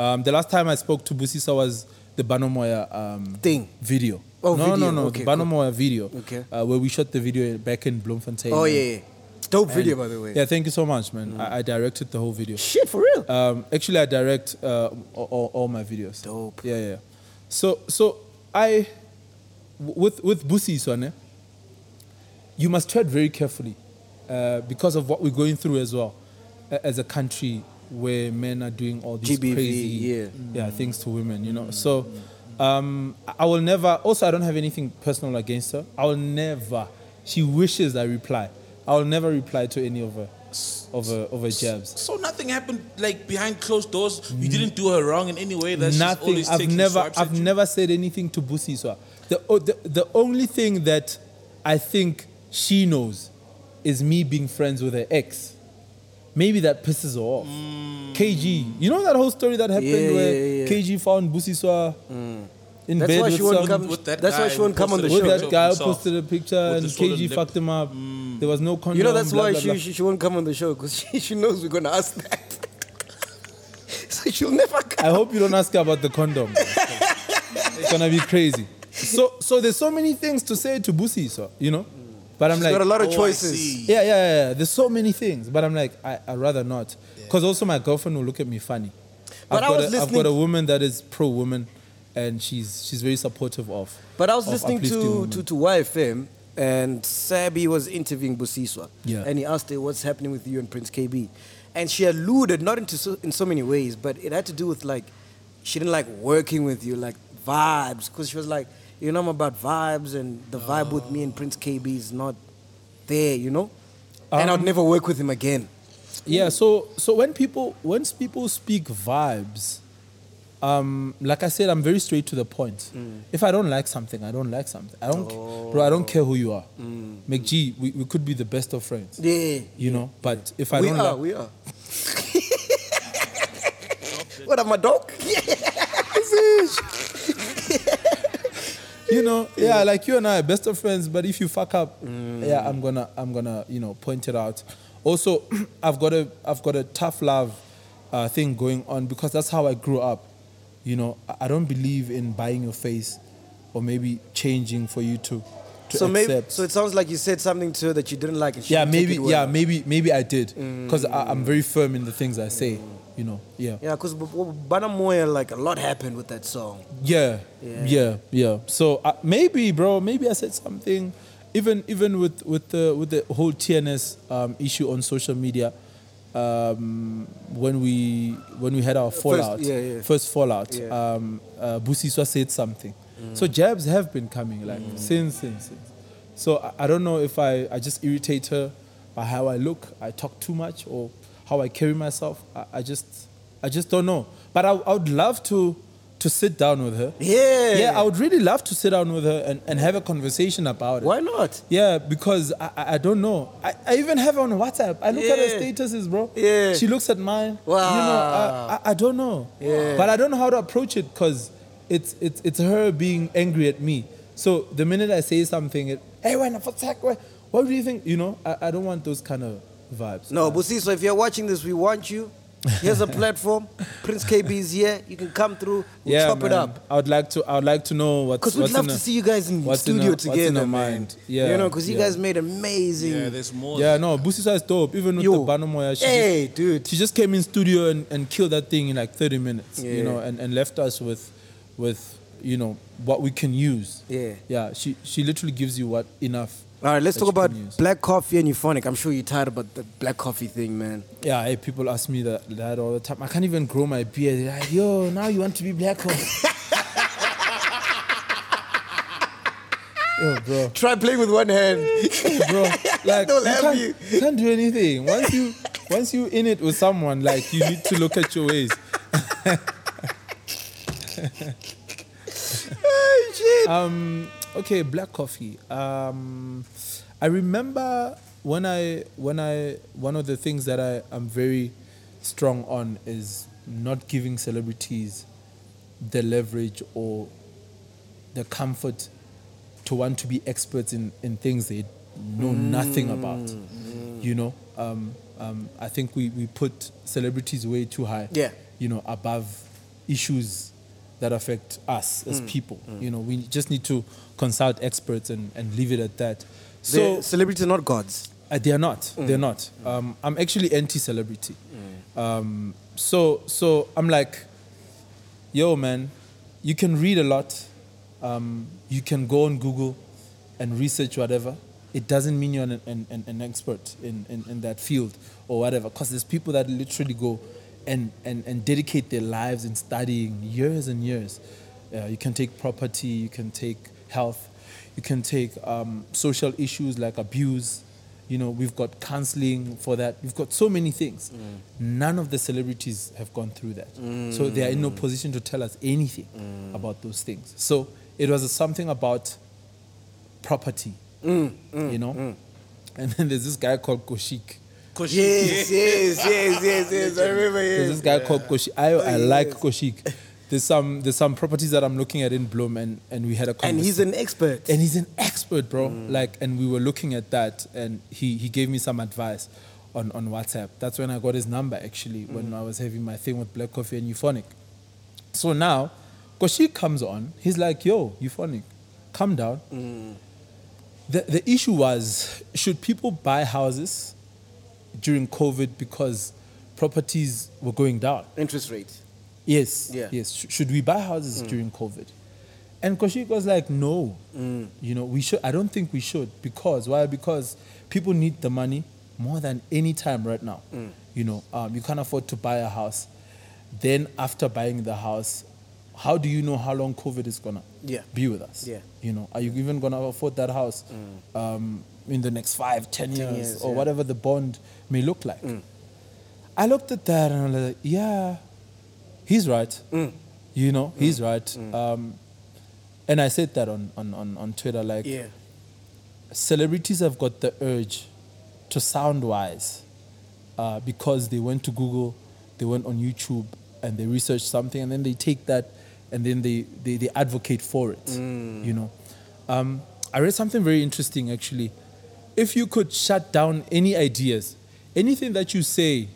Speaker 6: um, the last time I spoke to Busisa was the Banomoya um,
Speaker 5: Thing.
Speaker 6: video.
Speaker 5: Oh,
Speaker 6: no,
Speaker 5: video.
Speaker 6: no, no,
Speaker 5: Okay,
Speaker 6: the Banomoya video.
Speaker 5: Okay.
Speaker 6: uh, where we shot the video back in Bloemfontein.
Speaker 5: Oh
Speaker 6: man.
Speaker 5: yeah, yeah. Dope video
Speaker 6: And-
Speaker 5: by the way. Mm.
Speaker 6: Yeah, thank you so much, man. I, I directed the whole video.
Speaker 5: Shit for real.
Speaker 6: Um, actually, I direct uh, all, all- all my videos.
Speaker 5: Dope.
Speaker 6: Yeah, yeah. So, so I w- with with Busi Iswane, you must tread very carefully uh, because of what we're going through as well a- as a country where men are doing all these
Speaker 5: GBV,
Speaker 6: crazy
Speaker 5: yeah.
Speaker 6: yeah things to women. You know, so um, I- I will never. Also, I don't have anything personal against her. I will never. She wishes I reply. I will never reply to any of her over over jabs.
Speaker 7: So nothing happened like behind closed doors. You didn't do her wrong in any way. That's Just
Speaker 6: Mm. Nothing.
Speaker 7: always
Speaker 6: I've
Speaker 7: taking
Speaker 6: never
Speaker 7: swipes at
Speaker 6: I've
Speaker 7: you.
Speaker 6: never said anything to Busiswa. The, o- the the only thing that I think she knows is me being friends with her ex. Maybe that pisses her off. KG, you know that whole story that happened
Speaker 5: Mm. Yeah,
Speaker 6: where
Speaker 5: yeah, yeah.
Speaker 6: KG found Busiswa in
Speaker 5: That's
Speaker 6: bed
Speaker 5: why
Speaker 6: with
Speaker 5: she won't
Speaker 6: some-
Speaker 5: come.
Speaker 7: with that
Speaker 5: that's why
Speaker 7: guy
Speaker 5: she won't
Speaker 7: who
Speaker 5: come on the
Speaker 7: posted
Speaker 6: with
Speaker 5: show.
Speaker 7: picture.
Speaker 6: that guy who
Speaker 7: himself.
Speaker 6: posted a picture
Speaker 7: With
Speaker 6: and
Speaker 7: the swollen
Speaker 6: KG
Speaker 7: lip.
Speaker 6: fucked him up. There was no condom.
Speaker 5: Mm. You know that's
Speaker 6: blah,
Speaker 5: why
Speaker 6: blah,
Speaker 5: she,
Speaker 6: blah.
Speaker 5: she she won't come on the show because *laughs* she, she knows we're gonna ask that. *laughs* so she'll never
Speaker 6: I
Speaker 5: come.
Speaker 6: hope you don't ask her about the condom. it's gonna be crazy. So so there's so many things to say to Busi, so you know? But I'm
Speaker 5: She's
Speaker 6: like
Speaker 5: got a lot of
Speaker 7: Oh, I
Speaker 5: choices.
Speaker 7: see.
Speaker 6: yeah, yeah, yeah, yeah. There's so many things, but I'm like, I, I'd rather not. Because also my girlfriend will look at me funny.
Speaker 5: But I
Speaker 6: I've, got
Speaker 5: was
Speaker 6: a, I've
Speaker 5: listening-
Speaker 6: got a woman that is pro woman and she's she's very supportive of.
Speaker 5: But I was
Speaker 6: of
Speaker 5: listening
Speaker 6: uplifting
Speaker 5: to,
Speaker 6: women.
Speaker 5: to, to YFM and Sabi was interviewing Busiswa.
Speaker 6: Yeah.
Speaker 5: And he asked her, What's happening with you and Prince KB? And she alluded, not into so, in so many ways, but it had to do with like, she didn't like working with you, like vibes. Because she was like, You know, I'm about vibes, and the vibe with
Speaker 6: Ah.
Speaker 5: me and Prince KB is not there, you know? and I'd
Speaker 6: Um,
Speaker 5: never work with him again.
Speaker 6: Yeah, so so when people once people speak vibes, um, like I said, I'm very straight to the point.
Speaker 5: Mm.
Speaker 6: If I don't like something, I don't like something. I don't, bro. I don't
Speaker 5: Oh.
Speaker 6: care who you are. McG, we, we could be the best of friends.
Speaker 5: Mm. Yeah.
Speaker 6: You know, but if I
Speaker 5: we
Speaker 6: don't
Speaker 5: are,
Speaker 6: like,
Speaker 5: we are. *laughs* what am I,
Speaker 6: *laughs*
Speaker 5: dog? *laughs*
Speaker 6: you know, yeah, like you and I are best of friends, but if you fuck up,
Speaker 5: Mm.
Speaker 6: yeah, I'm gonna I'm gonna, you know, point it out. Also, *clears throat* I've got a I've got a tough love uh, thing going on because that's how I grew up. You know, I- I don't believe in buying your face or maybe changing for you to to
Speaker 5: so
Speaker 6: accept.
Speaker 5: maybe so it sounds like you said something to her that you didn't like and she
Speaker 6: yeah,
Speaker 5: didn't take
Speaker 6: maybe
Speaker 5: it well. Mm.
Speaker 6: yeah, maybe maybe I did because I'm very firm in the things I say. You know, yeah.
Speaker 5: yeah because Banamoya like a lot happened with that song
Speaker 6: Yeah,
Speaker 5: Yeah.
Speaker 6: yeah, yeah. So uh, maybe, bro, maybe I said something. Even even with with the with the whole TNS um, issue on social media, um, when we when we had our fallout,
Speaker 5: yeah, yeah.
Speaker 6: first fallout,
Speaker 5: Yeah. Mm.
Speaker 6: um, uh, Busiswa said something. So jabs have been coming like since since since. So I, I don't know if I I just irritate her by how I look, I talk too much, or how I carry myself. I, I just I just don't know. But I, I would love to to sit down with her.
Speaker 5: Yeah.
Speaker 6: Yeah, I would really love to sit down with her and, and have a conversation about it.
Speaker 5: why not
Speaker 6: Yeah, because I, I I don't know. I, I even have her on WhatsApp. I look at her
Speaker 5: Yeah.
Speaker 6: statuses, bro.
Speaker 5: Yeah.
Speaker 6: She looks at mine. You know,
Speaker 5: Wow.
Speaker 6: I, I, I don't know.
Speaker 5: Yeah.
Speaker 6: But I don't know how to approach it because it's, it's, it's her being angry at me. So the minute I say something, it, hey, when I fuck, what what do you think? You know, I, I don't want those kind of vibes.
Speaker 5: no Busi so if you're watching this we want you
Speaker 6: *laughs*
Speaker 5: here's a platform Prince KB is here you can come through we'll
Speaker 6: yeah,
Speaker 5: chop it
Speaker 6: man.
Speaker 5: up
Speaker 6: I would like to. I would like to know what's.
Speaker 5: because we'd
Speaker 6: what's
Speaker 5: love
Speaker 6: in
Speaker 5: to
Speaker 6: her-
Speaker 5: see you guys in
Speaker 6: what's in
Speaker 5: studio
Speaker 6: her- what's in her
Speaker 5: together man
Speaker 6: mind. Yeah,
Speaker 5: you know because you
Speaker 6: yeah.
Speaker 5: guys made amazing
Speaker 7: Yeah, there's more.
Speaker 6: Yeah, no, Busisa is dope. Even with
Speaker 5: Yo.
Speaker 6: the Banamoya, she,
Speaker 5: Hey,
Speaker 6: just,
Speaker 5: dude.
Speaker 6: she just came in studio and, and killed that thing in like 30 minutes,
Speaker 5: Yeah.
Speaker 6: you know, and, and left us with, with, you know, what we can use.
Speaker 5: Yeah.
Speaker 6: Yeah, she, she literally gives you what enough.
Speaker 5: all right let's
Speaker 6: that
Speaker 5: talk
Speaker 6: you can
Speaker 5: about
Speaker 6: use.
Speaker 5: black coffee and euphonic I'm sure you're tired about the black coffee thing man
Speaker 6: Yeah, hey, people ask me that, that all the time. I can't even grow my beard. They're Like, Yo, now you want to be black? or-" Yo, bro.
Speaker 5: try playing with one hand
Speaker 6: bro. Like
Speaker 5: They'll
Speaker 6: you
Speaker 5: help
Speaker 6: can't,
Speaker 5: you.
Speaker 6: you can't do anything once you once you in it with someone. Like you need to look at your ways. Um, okay, black coffee. Um, I remember when I when I one of the things that I am very strong on is not giving celebrities the leverage or the comfort to want to be experts in, in things they know nothing about. You know, um, um, I think we, we put celebrities way too high.
Speaker 5: Yeah.
Speaker 6: You know, above issues that affect us as people. You know, we just need to consult experts and, and leave it at that. So
Speaker 5: so celebrities are not gods
Speaker 6: uh, they are not. They're not. Um, I'm actually anti-celebrity. Um, so so I'm like, yo, man, you can read a lot. Um, you can go on Google and research whatever. It doesn't mean you're an, an, an- an expert in, in, in that field or whatever. Because there's people that literally go and, and, and dedicate their lives in studying years and years. Uh, you can take property, you can take health, you can take um, social issues like abuse, You know, we've got counseling for that. We've got so many things.
Speaker 5: Mm.
Speaker 6: None of the celebrities have gone through that. So they are
Speaker 5: Mm.
Speaker 6: in no position to tell us anything about those things. So it was something about property,
Speaker 5: Mm,
Speaker 6: you know? And then there's this guy called Koshik.
Speaker 5: *laughs*
Speaker 7: Koshi.
Speaker 5: Yes, yes, yes, yes, yes. I remember.
Speaker 6: There's this
Speaker 5: Yes.
Speaker 6: guy called Koshik. I, I like Koshik. There's some there's some properties that I'm looking at in Bloom, and, and we had a
Speaker 5: And
Speaker 6: conversation.
Speaker 5: he's an expert.
Speaker 6: and he's an expert, bro. Like, and we were looking at that, and he he gave me some advice on on WhatsApp. That's when I got his number actually, when I was having my thing with Black Coffee and Euphonic. So now, Koshi comes on. He's like, "Yo, Euphonic, calm down." The the issue was, should people buy houses during COVID because properties were going down?
Speaker 5: Interest rate.
Speaker 6: Yes.
Speaker 5: Yeah. Mm.
Speaker 6: Yes. Sh- should we buy houses during COVID? And Koshik was like, no.
Speaker 5: Mm.
Speaker 6: You know, we should. I don't think we should because why? Because people need the money more than any time right now.
Speaker 5: Mm.
Speaker 6: You know, um, you can't afford to buy a house. Then after buying the house, how do you know how long COVID is gonna
Speaker 5: Yeah.
Speaker 6: be with us?
Speaker 5: Yeah. Mm.
Speaker 6: You know, are you even gonna afford that house um, in the next five, ten years,
Speaker 5: years,
Speaker 6: or
Speaker 5: yeah. Mm.
Speaker 6: whatever the bond may look like? I looked at that and I was like, yeah, he's right. You know, he's right. Um, and I said that on, on, on, on Twitter like,
Speaker 5: Yeah.
Speaker 6: celebrities have got the urge to sound wise uh, because they went to Google, they went on YouTube, and they researched something, and then they take that and then they, they, they advocate for it. You know, um, I read something very interesting actually. If you could shut down any ideas, anything that you say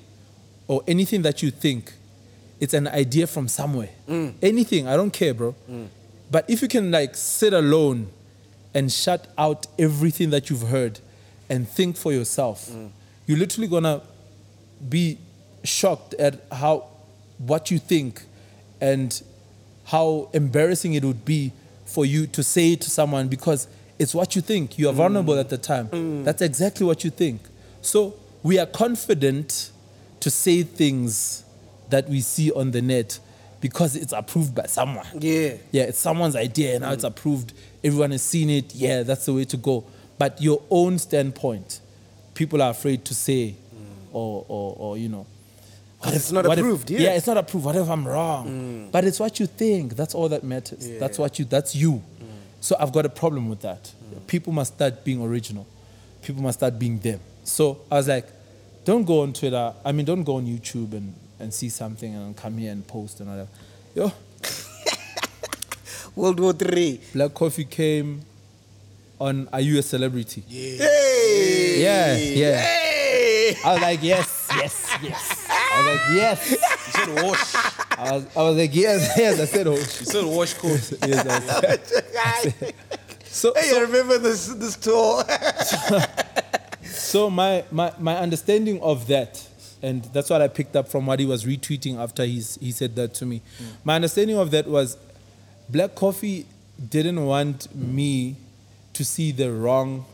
Speaker 6: or anything that you think, it's an idea from somewhere. Anything, I don't care, bro. But if you can like sit alone and shut out everything that you've heard and think for yourself, you're literally gonna be shocked at how what you think and how embarrassing it would be for you to say it to someone because it's what you think. You are vulnerable at the time. That's exactly what you think. So we are confident to say things that we see on the net because it's approved by someone.
Speaker 5: Yeah.
Speaker 6: Yeah, it's someone's idea and now
Speaker 5: Mm.
Speaker 6: it's approved. Everyone has seen it. Yeah, that's the way to go. But your own standpoint, people are afraid to say, or, or, or you know, what
Speaker 5: Mm. it's not
Speaker 6: what
Speaker 5: approved, Mm. yeah.
Speaker 6: yeah, it's not approved. What if I'm wrong? But it's what you think. That's all that matters. That's what you. That's you.
Speaker 5: Mm.
Speaker 6: So I've got a problem with that. People must start being original. People must start being them. So I was like, don't go on Twitter. I mean, don't go on YouTube and, and see something and come here and post and all that. Yo,
Speaker 5: World War Three.
Speaker 6: Black Coffee came on Are You a Celebrity? Yeah,
Speaker 5: Hey.
Speaker 6: yeah.
Speaker 5: Hey.
Speaker 6: I was like, yes, yes, yes. I was like, yes.
Speaker 7: He said wash.
Speaker 6: I was, I was like, yes, *laughs* yes. I said, oh,
Speaker 7: He
Speaker 6: shit. *laughs*
Speaker 7: said wash coat.
Speaker 6: yes. I
Speaker 5: *laughs*
Speaker 6: was- So,
Speaker 5: Hey, I remember this this tour.
Speaker 6: so my, my, my understanding of that, and that's what I picked up from what he was retweeting after he's, he said that to me.
Speaker 5: Mm.
Speaker 6: My understanding of that was Black Coffee didn't want me to see the wrong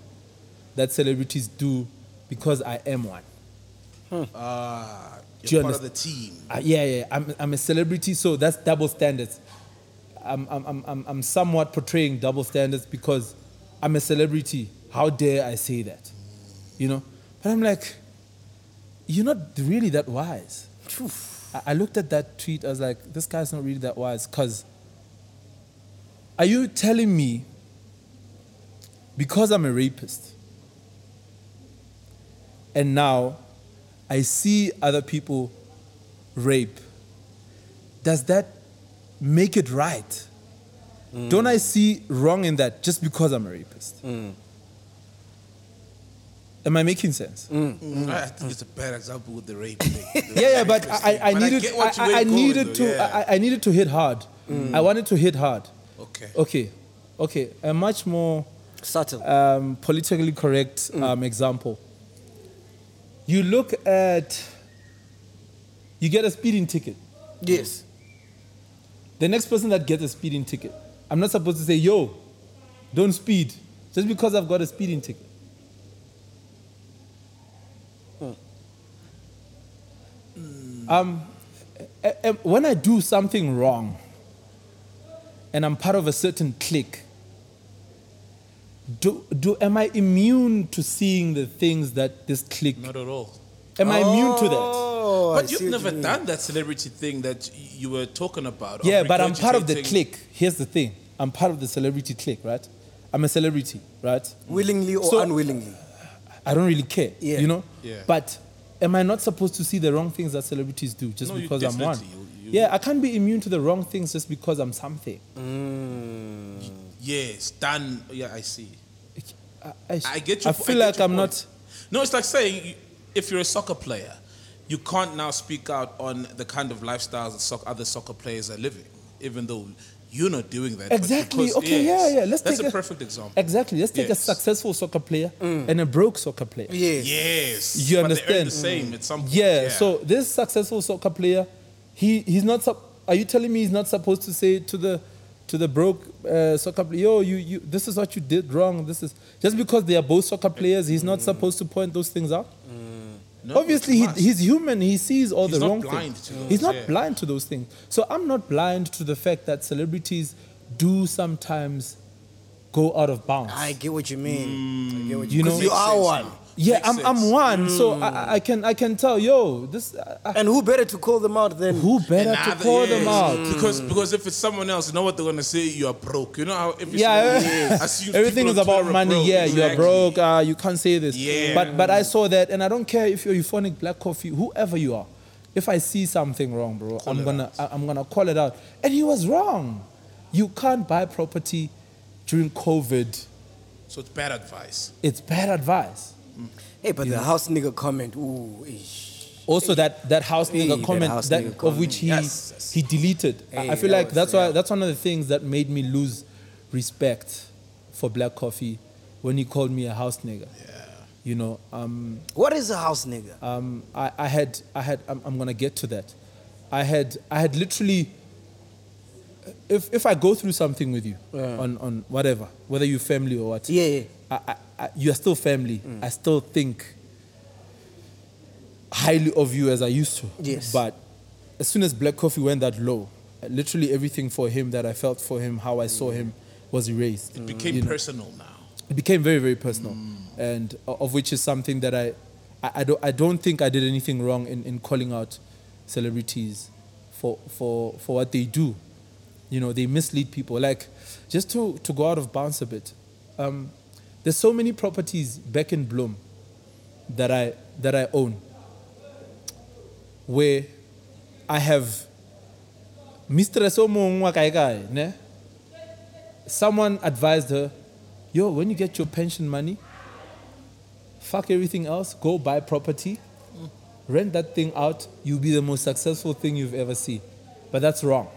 Speaker 6: that celebrities do because I am one.
Speaker 7: Ah,
Speaker 6: Do you
Speaker 7: you're part of the
Speaker 6: understand?
Speaker 7: team.
Speaker 6: Uh, yeah, yeah. I'm, I'm a celebrity, so that's double standards. I'm, I'm, I'm, I'm, I'm somewhat portraying double standards because I'm a celebrity. How dare I say that? You know? But I'm like, you're not really that wise. I, I looked at that tweet. I was like, this guy's not really that wise. Because are you telling me because I'm a rapist and now I see other people rape, does that make it right?
Speaker 7: Mm.
Speaker 6: Don't I see wrong in that just because I'm a rapist?
Speaker 7: Mm.
Speaker 6: Am I making sense?
Speaker 7: Mm. I think it's a bad example with the rape thing.
Speaker 6: Mm. *laughs* Yeah, yeah, but I, I, I
Speaker 7: But I
Speaker 6: needed,
Speaker 7: get
Speaker 6: I,
Speaker 7: what you
Speaker 6: I,
Speaker 7: were
Speaker 6: I
Speaker 7: going
Speaker 6: needed
Speaker 7: though,
Speaker 6: to,
Speaker 7: yeah. Mm.
Speaker 6: I, I needed to hit hard. I wanted to hit hard.
Speaker 7: Okay.
Speaker 6: Okay, okay, a much more
Speaker 5: Subtle.
Speaker 6: um, politically correct
Speaker 7: Mm.
Speaker 6: um, example. You look at, you get a speeding ticket.
Speaker 5: yes.
Speaker 6: The next person that gets a speeding ticket, I'm not supposed to say, yo, don't speed, just because I've got a speeding ticket. Um, a- a- when I do something wrong and I'm part of a certain clique, do, do am I immune to seeing the things that this clique?
Speaker 7: Not at all.
Speaker 6: Am I immune to that?
Speaker 5: Oh, I
Speaker 7: but
Speaker 5: see
Speaker 7: you've
Speaker 5: what
Speaker 7: never
Speaker 5: you mean.
Speaker 7: done that celebrity thing that y- you were talking about. of
Speaker 6: Yeah, but I'm part of the
Speaker 7: regurgitating-
Speaker 6: clique. Here's the thing: I'm part of the celebrity clique, right? I'm a celebrity, right?
Speaker 5: Willingly or
Speaker 6: So-
Speaker 5: unwillingly.
Speaker 6: I don't really care,
Speaker 5: Yeah.
Speaker 6: you know.
Speaker 7: Yeah.
Speaker 6: But am I not supposed to see the wrong things that celebrities do just
Speaker 7: No, you
Speaker 6: because I'm one?
Speaker 7: definitely- you- you-
Speaker 6: yeah, I can't be immune to the wrong things just because I'm something.
Speaker 7: Yes, done. Yeah, I see.
Speaker 6: I,
Speaker 7: I get your
Speaker 6: I
Speaker 7: po-
Speaker 6: feel
Speaker 7: get
Speaker 6: like
Speaker 7: your
Speaker 6: I'm
Speaker 7: point.
Speaker 6: not.
Speaker 7: No, it's like saying you- if you're a soccer player, you can't now speak out on the kind of lifestyles that soc- other soccer players are living, even though you're not doing that. but
Speaker 6: Exactly.
Speaker 7: because-
Speaker 6: okay.
Speaker 7: yes,
Speaker 6: yeah. Yeah. Let's
Speaker 7: that's
Speaker 6: take
Speaker 7: a, perfect example.
Speaker 6: Exactly. Let's take
Speaker 7: Yes.
Speaker 6: a successful soccer player and a broke soccer player.
Speaker 5: Yes.
Speaker 7: Yes.
Speaker 6: You
Speaker 7: but they earn
Speaker 6: understand?
Speaker 7: the same at some point.
Speaker 6: Yeah, So this successful soccer player, he he's not. Sup- are you telling me he's not supposed to say to the to the broke uh, soccer player, yo, you, you, this is what you did wrong. This is just because they are both soccer players. He's not supposed to point those things out.
Speaker 7: Mm. No,
Speaker 6: Obviously,
Speaker 7: you
Speaker 6: he,
Speaker 7: must.
Speaker 6: he's human. He sees all
Speaker 7: He's
Speaker 6: the
Speaker 7: not
Speaker 6: wrong
Speaker 7: blind
Speaker 6: things.
Speaker 7: to those,
Speaker 6: he's not
Speaker 7: yeah.
Speaker 6: blind to those things. So I'm not blind to the fact that celebrities do sometimes go out of bounds.
Speaker 5: I get what you mean. I get what you,
Speaker 6: You
Speaker 5: 'cause
Speaker 6: know-
Speaker 5: you
Speaker 6: Makes
Speaker 5: are
Speaker 7: sense
Speaker 5: one.
Speaker 7: now.
Speaker 6: yeah,
Speaker 7: Makes
Speaker 6: I'm, I'm
Speaker 7: sense. Mm.
Speaker 6: one, so I- I, I can I can tell, yo, this. I, I-
Speaker 5: And who better to call them out than
Speaker 6: who better
Speaker 7: Nah,
Speaker 6: to call
Speaker 7: yes.
Speaker 6: them out?
Speaker 7: because because if it's someone else, you know what they're gonna say? You are broke. You know how if it's
Speaker 6: Yeah, *laughs*
Speaker 7: I see
Speaker 6: everything
Speaker 7: people
Speaker 6: is
Speaker 7: on Twitter
Speaker 6: about
Speaker 7: are
Speaker 6: money.
Speaker 7: broke.
Speaker 6: Yeah, you're
Speaker 7: Exactly.
Speaker 6: broke. Uh, you can't say this.
Speaker 7: Yeah.
Speaker 6: But but I saw that, and I don't care if you're euphonic, black coffee, whoever you are. If I see something wrong, bro, I'm gonna I- I'm gonna call it out. And he was wrong. You can't buy property during COVID.
Speaker 7: So it's bad advice.
Speaker 6: It's bad advice.
Speaker 5: Hey, but the house nigga comment. Ooh, ish.
Speaker 6: Also, that that house
Speaker 5: Hey,
Speaker 6: nigga
Speaker 5: that
Speaker 6: comment
Speaker 5: house
Speaker 6: that
Speaker 5: nigga
Speaker 6: of
Speaker 5: comment.
Speaker 6: which he
Speaker 5: Yes, yes.
Speaker 6: he deleted. I-
Speaker 5: Hey,
Speaker 6: I feel
Speaker 5: that
Speaker 6: like
Speaker 5: was-
Speaker 6: that's why
Speaker 5: yeah.
Speaker 6: that's one of the things that made me lose respect for black coffee when he called me a house nigga. Yeah. You know, um,
Speaker 5: What is a house nigga?
Speaker 6: um, I, I had I had I'm, I'm gonna get to that. I had I had literally. If if I go through something with you on on whatever, whether you family or what,
Speaker 5: Yeah, Mm. yeah.
Speaker 6: I, I, I, you are still family. I still think highly of you as I used to.
Speaker 5: Yes.
Speaker 6: But as soon as Black Coffee went that low, literally everything for him that I felt for him, how I
Speaker 5: Mm.
Speaker 6: saw him, was erased.
Speaker 7: It became
Speaker 6: Mm, You know,
Speaker 7: personal now.
Speaker 6: it became very very personal, and o- of which is something that I, I, I don't I don't think I did anything wrong in, in calling out celebrities for for for what they do. You know, they mislead people. Like, just to, to go out of bounds a bit, um, there's so many properties back in Bloom that I that I own where I have mistress o mong wa kae kae, ne? Someone advised her, yo, when you get your pension money, fuck everything else, go buy property, rent that thing out, you'll be the most successful thing you've ever seen. But that's wrong.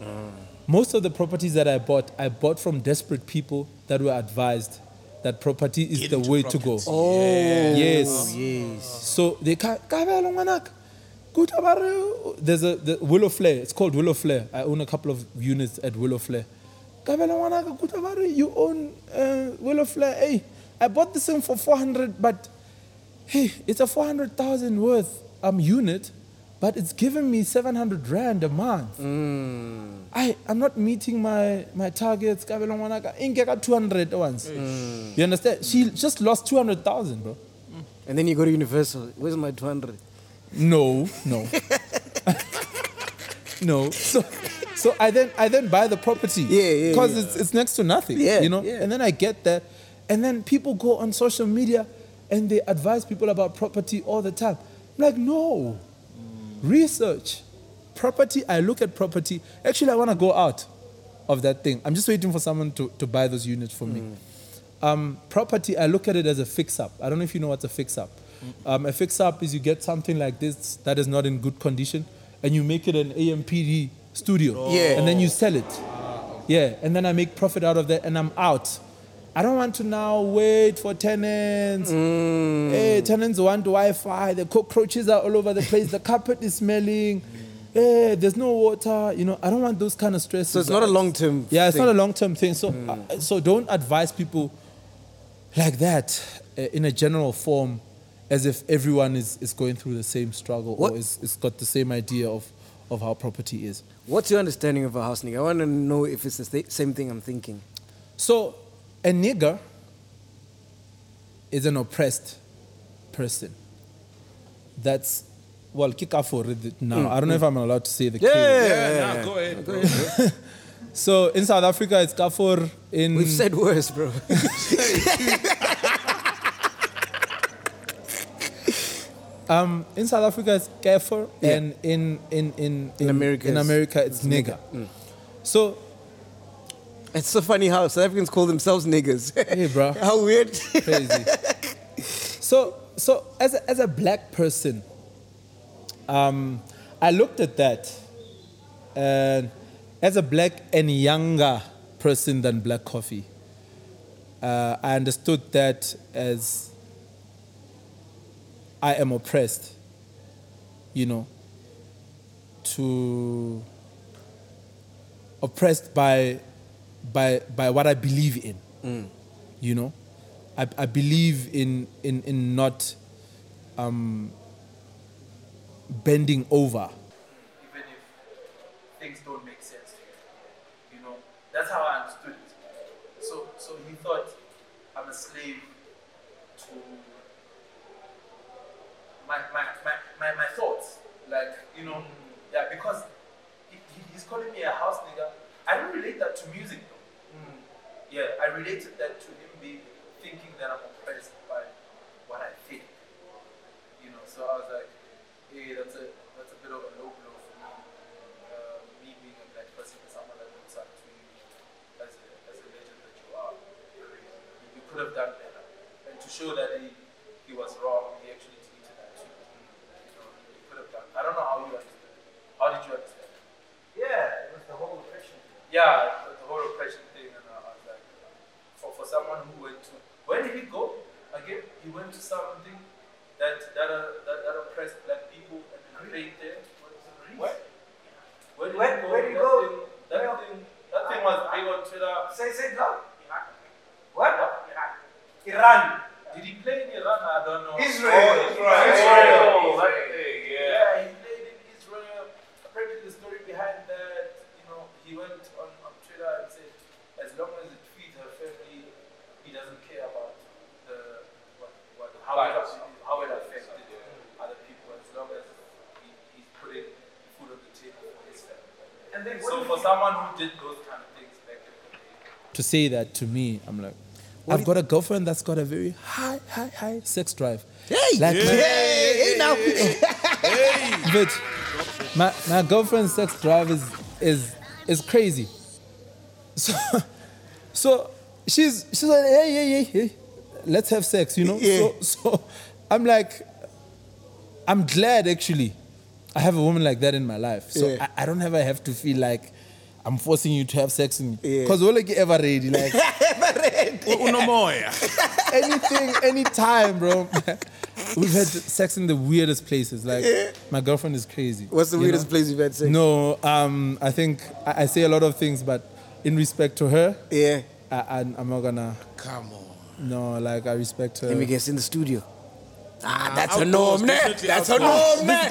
Speaker 7: Ah.
Speaker 6: Most of the properties that I bought, I bought from desperate people that were advised that property is
Speaker 7: Get
Speaker 6: the
Speaker 7: into
Speaker 6: way to go. Oh,
Speaker 7: property.
Speaker 6: Yes. So they can't. There's a the Willow Flare. It's called Willow Flare. I own a couple of units at Willow Flare. You own uh, Willow Flare. Hey, I bought this thing for 400, but hey, it's a 400,000 worth um, unit, but it's giving me 700 rand a month. I, I'm not meeting my, my targets. Inge got 200 once. You understand? She just lost 200,000, bro.
Speaker 5: And then you go to Universal. Where's my 200?
Speaker 6: No,
Speaker 5: *laughs*
Speaker 6: no, no. So, so I then I then buy the property.
Speaker 5: Yeah, yeah,
Speaker 6: Because
Speaker 5: yeah.
Speaker 6: it's it's next to nothing.
Speaker 5: Yeah,
Speaker 6: you know.
Speaker 5: yeah.
Speaker 6: And then I get that, and then people go on social media, and they advise people about property all the time. I'm like, no, research, property. I look at property. Actually, I want to go out of that thing. I'm just waiting for someone to to buy those units for me um, property, I look at it as a fix up. I don't know if you know what's a fix up.
Speaker 5: Mm.
Speaker 6: Um, a fix up is you get something like this that is not in good condition and you make it an AMPD studio.
Speaker 5: Yeah.
Speaker 6: And then you sell it.
Speaker 5: Ah,
Speaker 6: Yeah. And then I make profit out of that and I'm out. I don't want to now wait for tenants.
Speaker 5: Mm.
Speaker 6: Hey, tenants want Wi Fi. The cockroaches are all over the place. the carpet is
Speaker 5: *laughs*
Speaker 6: smelling. Hey, there's no water. You know, I don't want those kind of stresses.
Speaker 5: So it's not a long-term
Speaker 6: Yeah, it's
Speaker 5: thing. Hmm.
Speaker 6: not a long term thing. So, uh, so don't advise people like that uh, in a general form as if everyone is, is going through the same struggle
Speaker 5: What-
Speaker 6: or is, is got the same idea of, of how property is.
Speaker 5: What's your understanding of a house nigga? I want to know if it's the sta- same thing I'm thinking.
Speaker 6: So a nigger is an oppressed person. That's well, kick off for it now. I don't know if I'm allowed to say the
Speaker 5: Hmm. Yeah,
Speaker 6: K word.
Speaker 7: Yeah, nah, go ahead. Go ahead.
Speaker 6: So in South Africa, it's kafur. In
Speaker 5: We've said worse, bro. *laughs*
Speaker 6: in South Africa, it's kafur, and in in in in,
Speaker 5: America
Speaker 6: in
Speaker 5: it's-
Speaker 6: America, it's, nigger. So
Speaker 5: it's so funny how South Africans call themselves niggas.
Speaker 6: hey, bro,
Speaker 5: *laughs* how weird.
Speaker 6: crazy. so so as a, as a black person, um, I looked at that, and as a black and younger person than black coffee, uh, I understood that as I am oppressed, you know, to oppressed by by by what I believe in you know i, I believe in, in in not um, bending over
Speaker 8: even if things don't make sense to you. You know, that's how I understood it. So, so he thought I'm a slave to my my, my, my, my thoughts. Like, you know, yeah, because he, he, he's calling me a house nigga.
Speaker 5: *laughs*
Speaker 8: I don't relate that to music though. Yeah, I related that to him being thinking that I'm oppressed by what I think. You know, so I was like, hey, that's a that's a bit of a low blow for me. Uh, me being a black person is someone that looks up to you as a as a legend that you are. You, you could have done better. And to show that he he was wrong, he actually tweeted at you. You know, you could have done. I don't know how you understood. it. How did you understand? it? Yeah, it was the whole oppression thing. Yeah, the, the whole oppression thing, and I was like, for, for someone who went to, where did he go? Again, he went to something that that uh, that, that oppressed black people and then prayed there. What? Where did he go? Where did he go? That thing, that thing was big on Twitter. Say, say it loud. Iraq. What? Iraq. Iran. Did he play in Iran? I don't know. Israel. Oh, Israel. Israel. That thing, yeah. yeah, he played in Israel. Apparently, the story behind that, you know, he went on, on Twitter and said, as long as it feeds her family, he doesn't care about the what, what, how, it, how it affected other people, as long as he, he's putting food on the table for his family. And then, so for someone who did those kind of things back in the day,
Speaker 6: to say that to me i'm like i've got a girlfriend that's got a very high high high sex drive
Speaker 5: Hey,
Speaker 6: Like-
Speaker 5: hey, hey, now.
Speaker 6: *laughs* but my, my girlfriend's sex drive is is is crazy. So *laughs* so she's she's like hey hey hey hey let's have sex you know
Speaker 5: Yeah.
Speaker 6: so so I'm like I'm glad actually I have a woman like that in my life so
Speaker 5: Yeah.
Speaker 6: I, I don't ever have to feel like I'm forcing you to have sex with me
Speaker 5: Yeah.
Speaker 6: because we're like ever
Speaker 5: *laughs*
Speaker 6: ready like
Speaker 7: Unomoya.
Speaker 6: anything, anytime, bro. *laughs* We've had sex in the weirdest places. Like, my girlfriend is crazy.
Speaker 5: What's the
Speaker 6: you
Speaker 5: weirdest
Speaker 6: know?
Speaker 5: place you've had sex?
Speaker 6: No, um, I think I, I say a lot of things, but in respect to her,
Speaker 5: Yeah.
Speaker 6: I, I, I'm not gonna.
Speaker 7: *laughs* Come on.
Speaker 6: No, like I respect her.
Speaker 5: Let me guess, in the studio. Ah, that's her
Speaker 7: outdoors,
Speaker 5: norm, man.
Speaker 7: definitely
Speaker 5: That's her
Speaker 7: outdoors.
Speaker 5: norm,
Speaker 6: this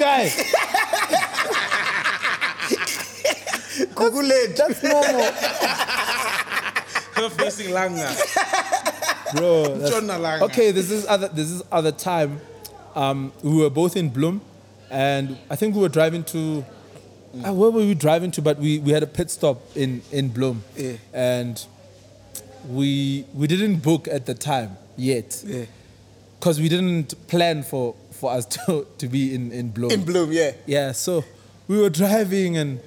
Speaker 5: man. *laughs*
Speaker 6: guy,
Speaker 5: Google it.
Speaker 6: that's normal,
Speaker 7: Her facing Langa.
Speaker 6: bro. that's-
Speaker 7: John Nalanga.
Speaker 6: Okay, this is other. This is other time. Um, we were both in Bloom, and I think we were driving to.
Speaker 5: Mm.
Speaker 6: ah, where were we driving to? But we, we had a pit stop in in Bloom,
Speaker 5: Yeah.
Speaker 6: and we we didn't book at the time yet, because we didn't plan for for us *laughs* to to be in in Bloom.
Speaker 5: In bloom, yeah.
Speaker 6: Yeah, so we were driving and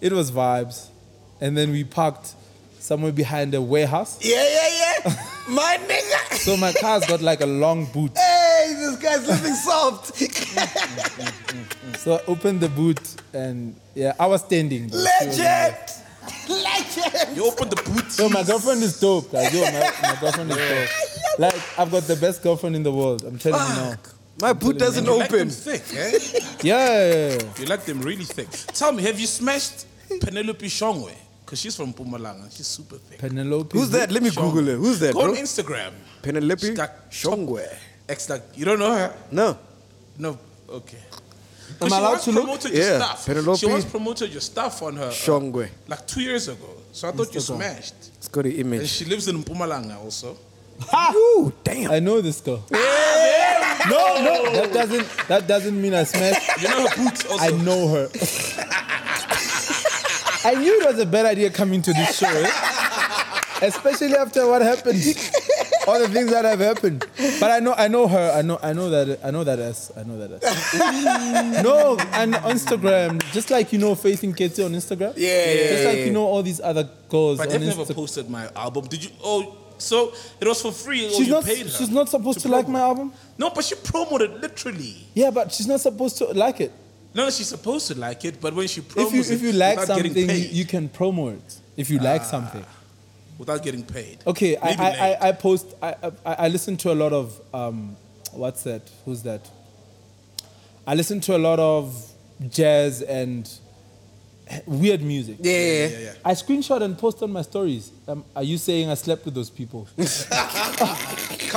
Speaker 6: it was vibes, and then we parked somewhere behind a warehouse.
Speaker 5: Yeah, yeah, *laughs* yeah. My nigga.
Speaker 6: So my car's got like a long boot.
Speaker 5: Hey, this guy's living *laughs* soft.
Speaker 6: So I opened the boot and yeah, I was standing. bro. She was-
Speaker 5: Legend. Legend.
Speaker 7: You open the boots.
Speaker 6: So my girlfriend is dope, guys. Yo, my, my girlfriend is dope. Like I've got the best girlfriend in the world. I'm telling you now.
Speaker 5: My boot doesn't
Speaker 7: You like them
Speaker 5: open.
Speaker 7: thick, eh?
Speaker 6: Yeah, yeah, yeah.
Speaker 7: You like them really thick. Tell me, have you smashed Penelope Shongwe? Because she's from Pumalanga. She's super thick.
Speaker 6: Penelope.
Speaker 5: Who's that? Let me Google her. Who's that,
Speaker 7: Go on
Speaker 5: bro?
Speaker 7: Instagram.
Speaker 5: Penelope
Speaker 7: She's got-
Speaker 5: Shongwe.
Speaker 7: It's like, you don't know her?
Speaker 5: No.
Speaker 7: No. Okay.
Speaker 6: Am
Speaker 7: she
Speaker 6: I allowed
Speaker 7: once
Speaker 6: to look?
Speaker 7: promoted your
Speaker 5: Yeah,
Speaker 7: stuff.
Speaker 5: Penelope
Speaker 7: She once promoted your stuff on her. uh,
Speaker 5: Shongwe.
Speaker 7: like two years ago. So I thought you smashed.
Speaker 5: It's got an
Speaker 7: And
Speaker 5: image.
Speaker 7: she lives in Pumalanga also.
Speaker 5: Ooh, damn.
Speaker 6: I know this
Speaker 5: Ah,
Speaker 6: girl. no, no, that doesn't that doesn't mean I smashed.
Speaker 7: You know her boots also.
Speaker 6: I know her. *laughs* I knew it was a bad idea coming to this show, eh? especially after what happened, all the things that have happened. But I know, I know her. I know, I know that, I know that ass. I know that ass. *laughs* no, and on Instagram, just like you know Faith and Katie on Instagram.
Speaker 5: Yeah, yeah,
Speaker 6: Just like
Speaker 5: yeah.
Speaker 6: you know all these other girls
Speaker 7: But
Speaker 6: on
Speaker 7: they've never
Speaker 6: Instagram.
Speaker 7: posted my album. Did you? Oh, so it was for free. or
Speaker 6: She's
Speaker 7: you
Speaker 6: not.
Speaker 7: paid her
Speaker 6: She's not supposed to, like my
Speaker 7: promote.
Speaker 6: album.
Speaker 7: No, but she promoted literally.
Speaker 6: Yeah, but she's not supposed to like it.
Speaker 7: No, she's supposed to like it, but when she
Speaker 6: If you
Speaker 7: promotes
Speaker 6: if you
Speaker 7: it
Speaker 6: like
Speaker 7: without
Speaker 6: something,
Speaker 7: getting
Speaker 6: you,
Speaker 7: paid, Ah.
Speaker 6: you can promote it. If you like something.
Speaker 7: without getting paid.
Speaker 6: Okay, I,
Speaker 7: Maybe
Speaker 6: I,
Speaker 7: late.
Speaker 6: I, I post. I, I I listen to a lot of um, what's that? Who's that? I listen to a lot of jazz and weird music.
Speaker 5: Yeah, yeah,
Speaker 6: *laughs*
Speaker 7: yeah, yeah.
Speaker 6: I screenshot and post on my stories. Um, are you saying I slept with those people? *laughs*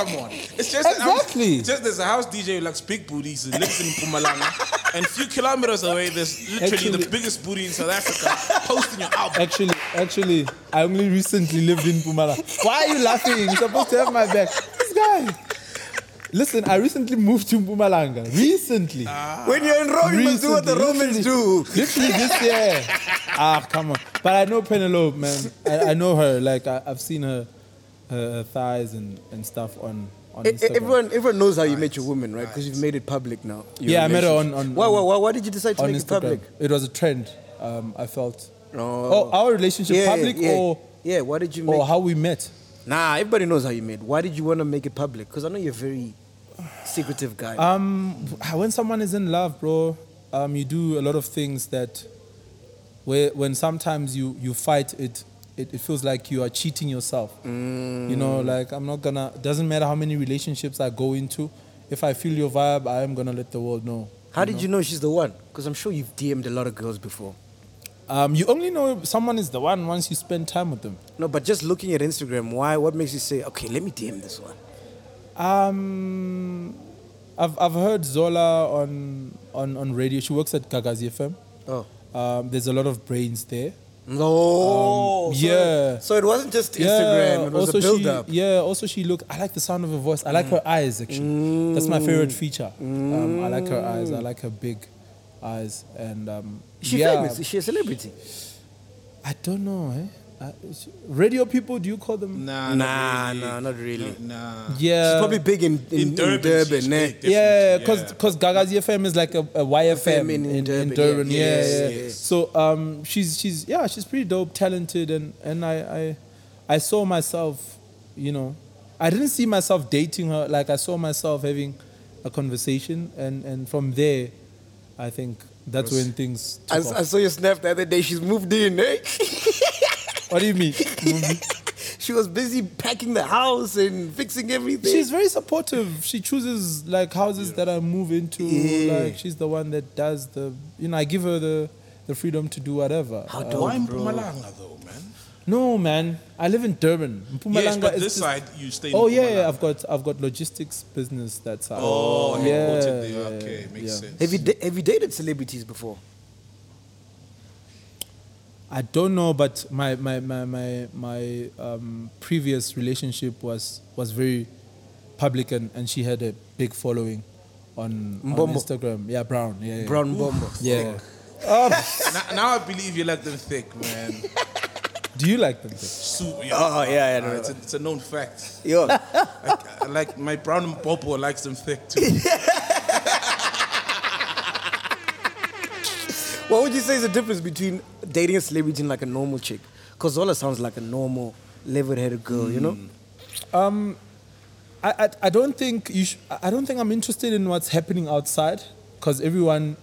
Speaker 7: Come on. It's just that I'm-
Speaker 6: Exactly.
Speaker 7: it's just there's a house DJ who likes big booties and lives in
Speaker 6: *laughs*
Speaker 7: Pumalanga. and a few kilometers away, there's literally
Speaker 6: Actually-
Speaker 7: the biggest booty in South Africa posting your album.
Speaker 6: Actually, actually, I only recently lived in Pumala. Why are you laughing? You're supposed to have my back. This guy. Listen, I recently moved to Mpumalanga. Recently.
Speaker 7: Ah,
Speaker 5: When you're in Rome, you must do what the
Speaker 6: Recently,
Speaker 5: Romans do.
Speaker 6: literally- Literally this year. ah, come on. But I know Penelope, man. I, I know her. Like I, I've seen her, her, her thighs and, and stuff on on
Speaker 5: E- e-
Speaker 6: Instagram.
Speaker 5: Everyone, everyone knows how you met your woman, right? Because you've made it public now. your
Speaker 6: Yeah, I met her
Speaker 5: relationship.
Speaker 6: on- on-
Speaker 5: Why,
Speaker 6: on-
Speaker 5: why, why, why did you decide to
Speaker 6: on
Speaker 5: make it
Speaker 6: Instagram.
Speaker 5: public?
Speaker 6: It was a trend. Um, I felt.
Speaker 5: Oh.
Speaker 6: oh, our relationship
Speaker 5: Yeah,
Speaker 6: public
Speaker 5: yeah.
Speaker 6: or
Speaker 5: yeah. Why did you make?
Speaker 6: or how we met.
Speaker 5: nah, everybody knows how you made. Why did you want to make it public? Because I know you're a very secretive guy.
Speaker 6: Um, when someone is in love, bro, um, you do a lot of things that, where when sometimes you you fight it, it, it feels like you are cheating yourself. You know, like I'm not gonna. Doesn't matter how many relationships I go into, if I feel your vibe, I am gonna let the world know.
Speaker 5: how did you know she's the one? Because I'm sure you've DM'd a lot of girls before.
Speaker 6: Um, you only know if someone is the one once you spend time with them.
Speaker 5: No, but just looking at Instagram, why? What makes you say, okay, let me DM this one?
Speaker 6: Um, I've I've heard Zola on on on radio. She works at Kagazi FM.
Speaker 5: Oh.
Speaker 6: Um, there's a lot of brains there.
Speaker 5: No.
Speaker 6: Um, yeah.
Speaker 5: So it wasn't just Instagram. it was
Speaker 6: also
Speaker 5: a Mm. build up.
Speaker 6: She, yeah, also she looked. I like the sound of her voice. I like her eyes actually. That's my favorite
Speaker 5: Mm.
Speaker 6: feature. Um, I like her eyes. I like her big eyes. And um,
Speaker 5: She's
Speaker 6: yeah,
Speaker 5: famous. Is she a celebrity?
Speaker 6: I don't know. Eh? I, she- radio people, do you call them?
Speaker 7: Nah,
Speaker 5: Nah,
Speaker 7: not really.
Speaker 5: nah, not really.
Speaker 7: Nah.
Speaker 6: Yeah.
Speaker 5: she's probably big in, in, in Durban.
Speaker 7: she's
Speaker 5: eh?
Speaker 7: big, definitely,
Speaker 6: Yeah, because because Gaga's FM is like a, a YFM
Speaker 5: FM in-
Speaker 6: in,
Speaker 5: in
Speaker 6: in,
Speaker 5: Durban,
Speaker 6: Durban.
Speaker 5: yeah.
Speaker 6: Yeah,
Speaker 5: Yes,
Speaker 6: yeah.
Speaker 5: yes.
Speaker 6: So um, she's she's yeah, she's pretty dope, talented, and and I I, I saw myself, you know, I didn't see myself dating her. Like I saw myself having a conversation, and and from there, I think that's when things.
Speaker 5: I,
Speaker 6: Took
Speaker 5: I
Speaker 6: off.
Speaker 5: saw your snap the other day. She's moved in, eh? *laughs*
Speaker 6: What do you mean?
Speaker 5: she was busy packing the house and fixing everything.
Speaker 6: *laughs* She's very supportive. She chooses like houses that I move into.
Speaker 5: Yeah.
Speaker 6: Like she's the one that does the you know, I give her the the freedom to do whatever.
Speaker 5: How
Speaker 6: Uh,
Speaker 5: dope,
Speaker 7: Why in
Speaker 5: bro.
Speaker 7: Pumalanga though, man?
Speaker 6: no man. I live in Durban. Mpumalanga
Speaker 7: yes, but
Speaker 6: is
Speaker 7: this
Speaker 6: just-
Speaker 7: side you stay in
Speaker 6: Oh yeah,
Speaker 7: Mpumalanga.
Speaker 6: yeah, I've got I've got logistics business that side.
Speaker 7: Oh,
Speaker 6: yeah.
Speaker 7: headquartered there.
Speaker 6: yeah,
Speaker 7: Okay, makes
Speaker 6: yeah.
Speaker 7: sense.
Speaker 5: Have you, da- have you dated celebrities before?
Speaker 6: I don't know, but my my my my, my um, previous relationship was was very public, and, and she had a big following on, on
Speaker 5: Mbombo.
Speaker 6: Instagram. Yeah, Brown. Yeah, yeah.
Speaker 5: Brown Bombo.
Speaker 6: Yeah.
Speaker 7: now, now I believe you like them thick, man. *laughs*
Speaker 6: Do you like them?
Speaker 7: Soup,
Speaker 5: Oh, yeah, yeah, no,
Speaker 7: Ah,
Speaker 5: no.
Speaker 7: it's, a, it's a known fact.
Speaker 5: Yo,
Speaker 7: Like, I like my brown and popo likes them thick
Speaker 5: *laughs*
Speaker 7: too.
Speaker 6: *laughs*
Speaker 5: what would you say is the difference between dating a celebrity and like a normal chick? Because Zola sounds like a normal, level-headed girl, you know?
Speaker 6: I, I, I don't think you sh- I I don't think I'm interested in what's happening outside because everyone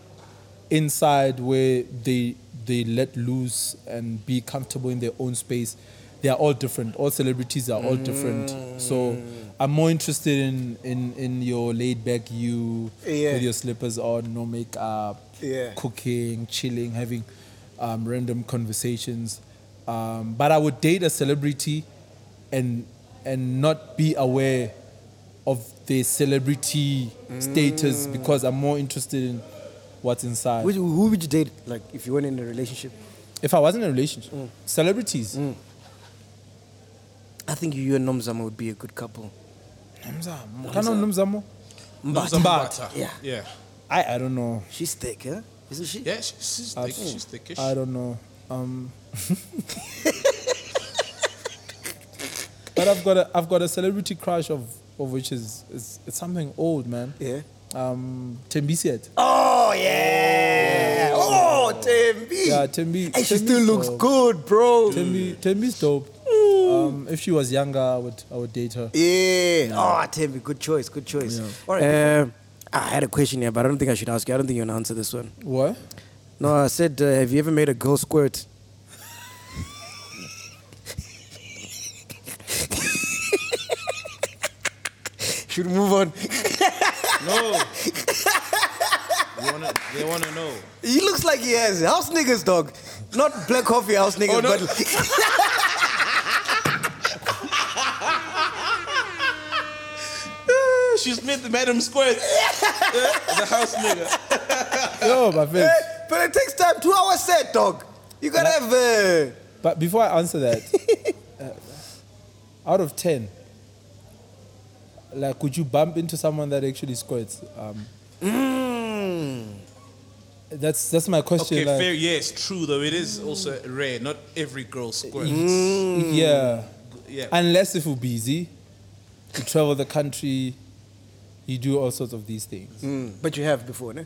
Speaker 6: inside where they they let loose and be comfortable in their own space they are all different all celebrities are all different
Speaker 5: Mm.
Speaker 6: so I'm more interested in in, in your laid back you
Speaker 5: Yeah.
Speaker 6: with your slippers on no makeup
Speaker 5: Yeah.
Speaker 6: cooking chilling having um, random conversations um, but I would date a celebrity and and not be aware of the celebrity status because I'm more interested in what's inside.
Speaker 5: Mm. Which, who would you date, like, if you weren't in a relationship? Mm.
Speaker 6: if I was in a relationship, celebrities.
Speaker 5: I think you and Nomzamo would be a good couple.
Speaker 6: Nomzamo. Can I know Nomzamo?
Speaker 7: Nomza Mbata.
Speaker 5: Yeah.
Speaker 7: Yeah.
Speaker 6: I, I don't know.
Speaker 5: She's thick, huh? Isn't she?
Speaker 7: Yeah, she- she's thick. She's thickish.
Speaker 6: I don't know. Um, *laughs* but I've got a I've got a celebrity crush of of which is, is it's something old man.
Speaker 5: Yeah.
Speaker 6: Um, Tembisiet.
Speaker 5: Oh yeah. Oh, Tembi.
Speaker 6: Yeah, Tembi.
Speaker 5: And she
Speaker 6: Tembi's
Speaker 5: still looks
Speaker 6: dope.
Speaker 5: good, Mm. bro.
Speaker 6: Tembi Tembi's dope. Um, if she was younger, I would I would date her.
Speaker 5: Yeah. Oh, Tembi, good choice, good choice. All right. Um, I had a question here, but I don't think I should ask you. I don't think you're gonna answer this one.
Speaker 6: What?
Speaker 5: No, I said, uh, have you ever made a girl squirt? should we move on.
Speaker 7: No. You wanna, they want to know.
Speaker 5: He looks like he has house niggas, dog. Not black coffee house niggas,
Speaker 7: Oh, no.
Speaker 5: *laughs* but
Speaker 7: She's met the Madam Square. *laughs* the house nigga.
Speaker 6: Yo, my friend.
Speaker 5: but it takes time. Two hours set, dog. You gotta have. Uh,
Speaker 6: But before I answer that,
Speaker 7: *laughs*
Speaker 6: uh, out of ten, like, could you bump into someone that actually squirts? Um, That's that's my question.
Speaker 7: Mm. Okay,
Speaker 6: like,
Speaker 7: fair. Yes, true though. It is also rare. Not every girl squirts.
Speaker 6: Mm.
Speaker 7: Mm.
Speaker 6: Yeah.
Speaker 7: Yeah.
Speaker 6: Unless if you're busy, you travel the country, you do all sorts of these things.
Speaker 7: Mm.
Speaker 5: but you have before, ne?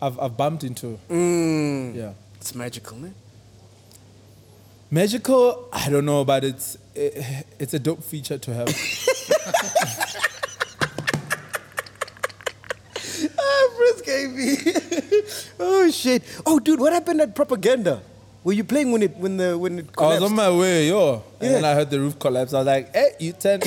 Speaker 6: I've I've bumped into.
Speaker 7: Mm.
Speaker 6: Yeah.
Speaker 5: Hmm. It's magical, ne?
Speaker 6: Magical, I don't know, but it's it, it's a dope feature to have.
Speaker 7: *coughs*
Speaker 5: Ah, Bruce KB. *laughs* oh shit. Oh, dude, what happened at propaganda? Were you playing when it when the when it
Speaker 6: I was
Speaker 5: collapsed?
Speaker 6: on my way, yo. And then
Speaker 5: Yeah.
Speaker 6: I heard the roof collapse. I was like, hey, you turn.
Speaker 7: *laughs*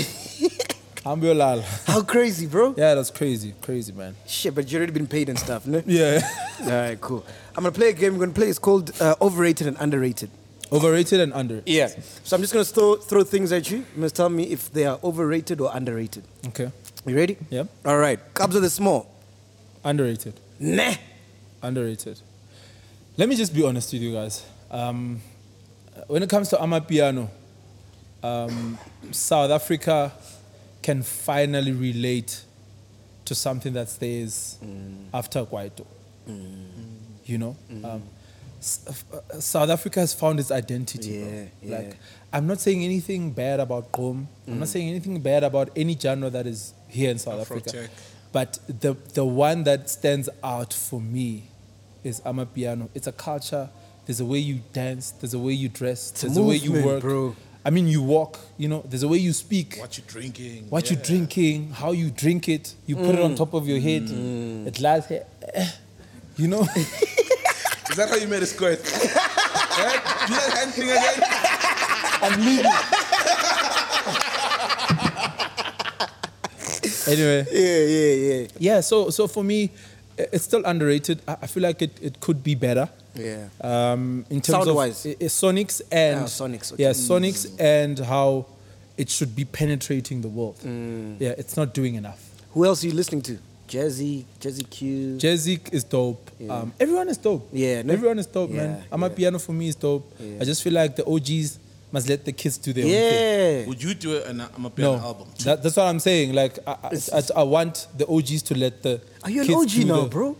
Speaker 6: Ambulal.
Speaker 5: *laughs* How crazy, bro?
Speaker 6: Yeah, that's crazy. Crazy, man.
Speaker 5: Shit, but you already been paid and stuff, ne?
Speaker 6: Yeah. *laughs*
Speaker 5: All right, cool. I'm gonna play a game. We're gonna play. It's called uh, overrated and underrated.
Speaker 6: Overrated and under.
Speaker 5: Yeah. So I'm just gonna throw throw things at you. You must tell me if they are overrated or underrated.
Speaker 6: Okay.
Speaker 5: You ready?
Speaker 6: Yep.
Speaker 5: All right. Cubs of the small.
Speaker 6: Underrated.
Speaker 5: Nah.
Speaker 6: Underrated. Let me just be honest with you guys. Um, when it comes to Amapiano, um, South Africa can finally relate to something that's theirs
Speaker 5: Mm.
Speaker 6: after Guaito. You know? Um, S- uh, uh, South Africa has found its identity.
Speaker 5: Yeah,
Speaker 6: bro.
Speaker 5: yeah. Mm.
Speaker 6: Like, I'm not saying anything bad about Qom. I'm not saying anything bad about any genre that is here in South
Speaker 7: Afrotech.
Speaker 6: Africa. But the, the one that stands out for me is Amapiano. It's a culture. There's a way you dance. There's a way you dress.
Speaker 5: a
Speaker 6: There's a way you
Speaker 5: movement,
Speaker 6: work.
Speaker 5: bro.
Speaker 6: I mean, you walk. You know, there's a way you speak. What,
Speaker 7: What you drinking?
Speaker 6: you drinking? How you drink it? You put
Speaker 5: Mm.
Speaker 6: it on top of your head. It lies here. eh, You know. *laughs*
Speaker 7: Is that how you made a squirt? *laughs* Eh? Do that hand thing again.
Speaker 6: I'm leaving. *laughs* anyway,
Speaker 5: Yeah, yeah, yeah.
Speaker 6: yeah. So, so for me, i- it's still underrated. I, I feel like it, it could be better.
Speaker 5: Yeah.
Speaker 6: Um, in terms of
Speaker 5: Sound-wise.
Speaker 6: i- i- sonics and
Speaker 5: Ah, sonics, okay.
Speaker 6: yeah, sonics and how it should be penetrating the world.
Speaker 5: Mm.
Speaker 6: Yeah, it's not doing enough.
Speaker 5: Who else are you listening to? Jazzy, Jazzy Q.
Speaker 6: Jezik is dope. Um, everyone is dope.
Speaker 5: Yeah, no-
Speaker 6: everyone is dope,
Speaker 5: Yeah,
Speaker 6: man. I'm a
Speaker 5: yeah.
Speaker 6: piano for me is dope.
Speaker 5: Yeah.
Speaker 6: I just feel like the OGs must let the kids do their own thing.
Speaker 5: yeah.
Speaker 7: Would you do an Amapiano
Speaker 6: No,
Speaker 7: album? too?
Speaker 6: that, that's what I'm saying. Like, I, I, I, I want the OGs to let the.
Speaker 5: Are you an
Speaker 6: kids
Speaker 5: OG
Speaker 6: do
Speaker 5: now,
Speaker 6: the-
Speaker 5: bro?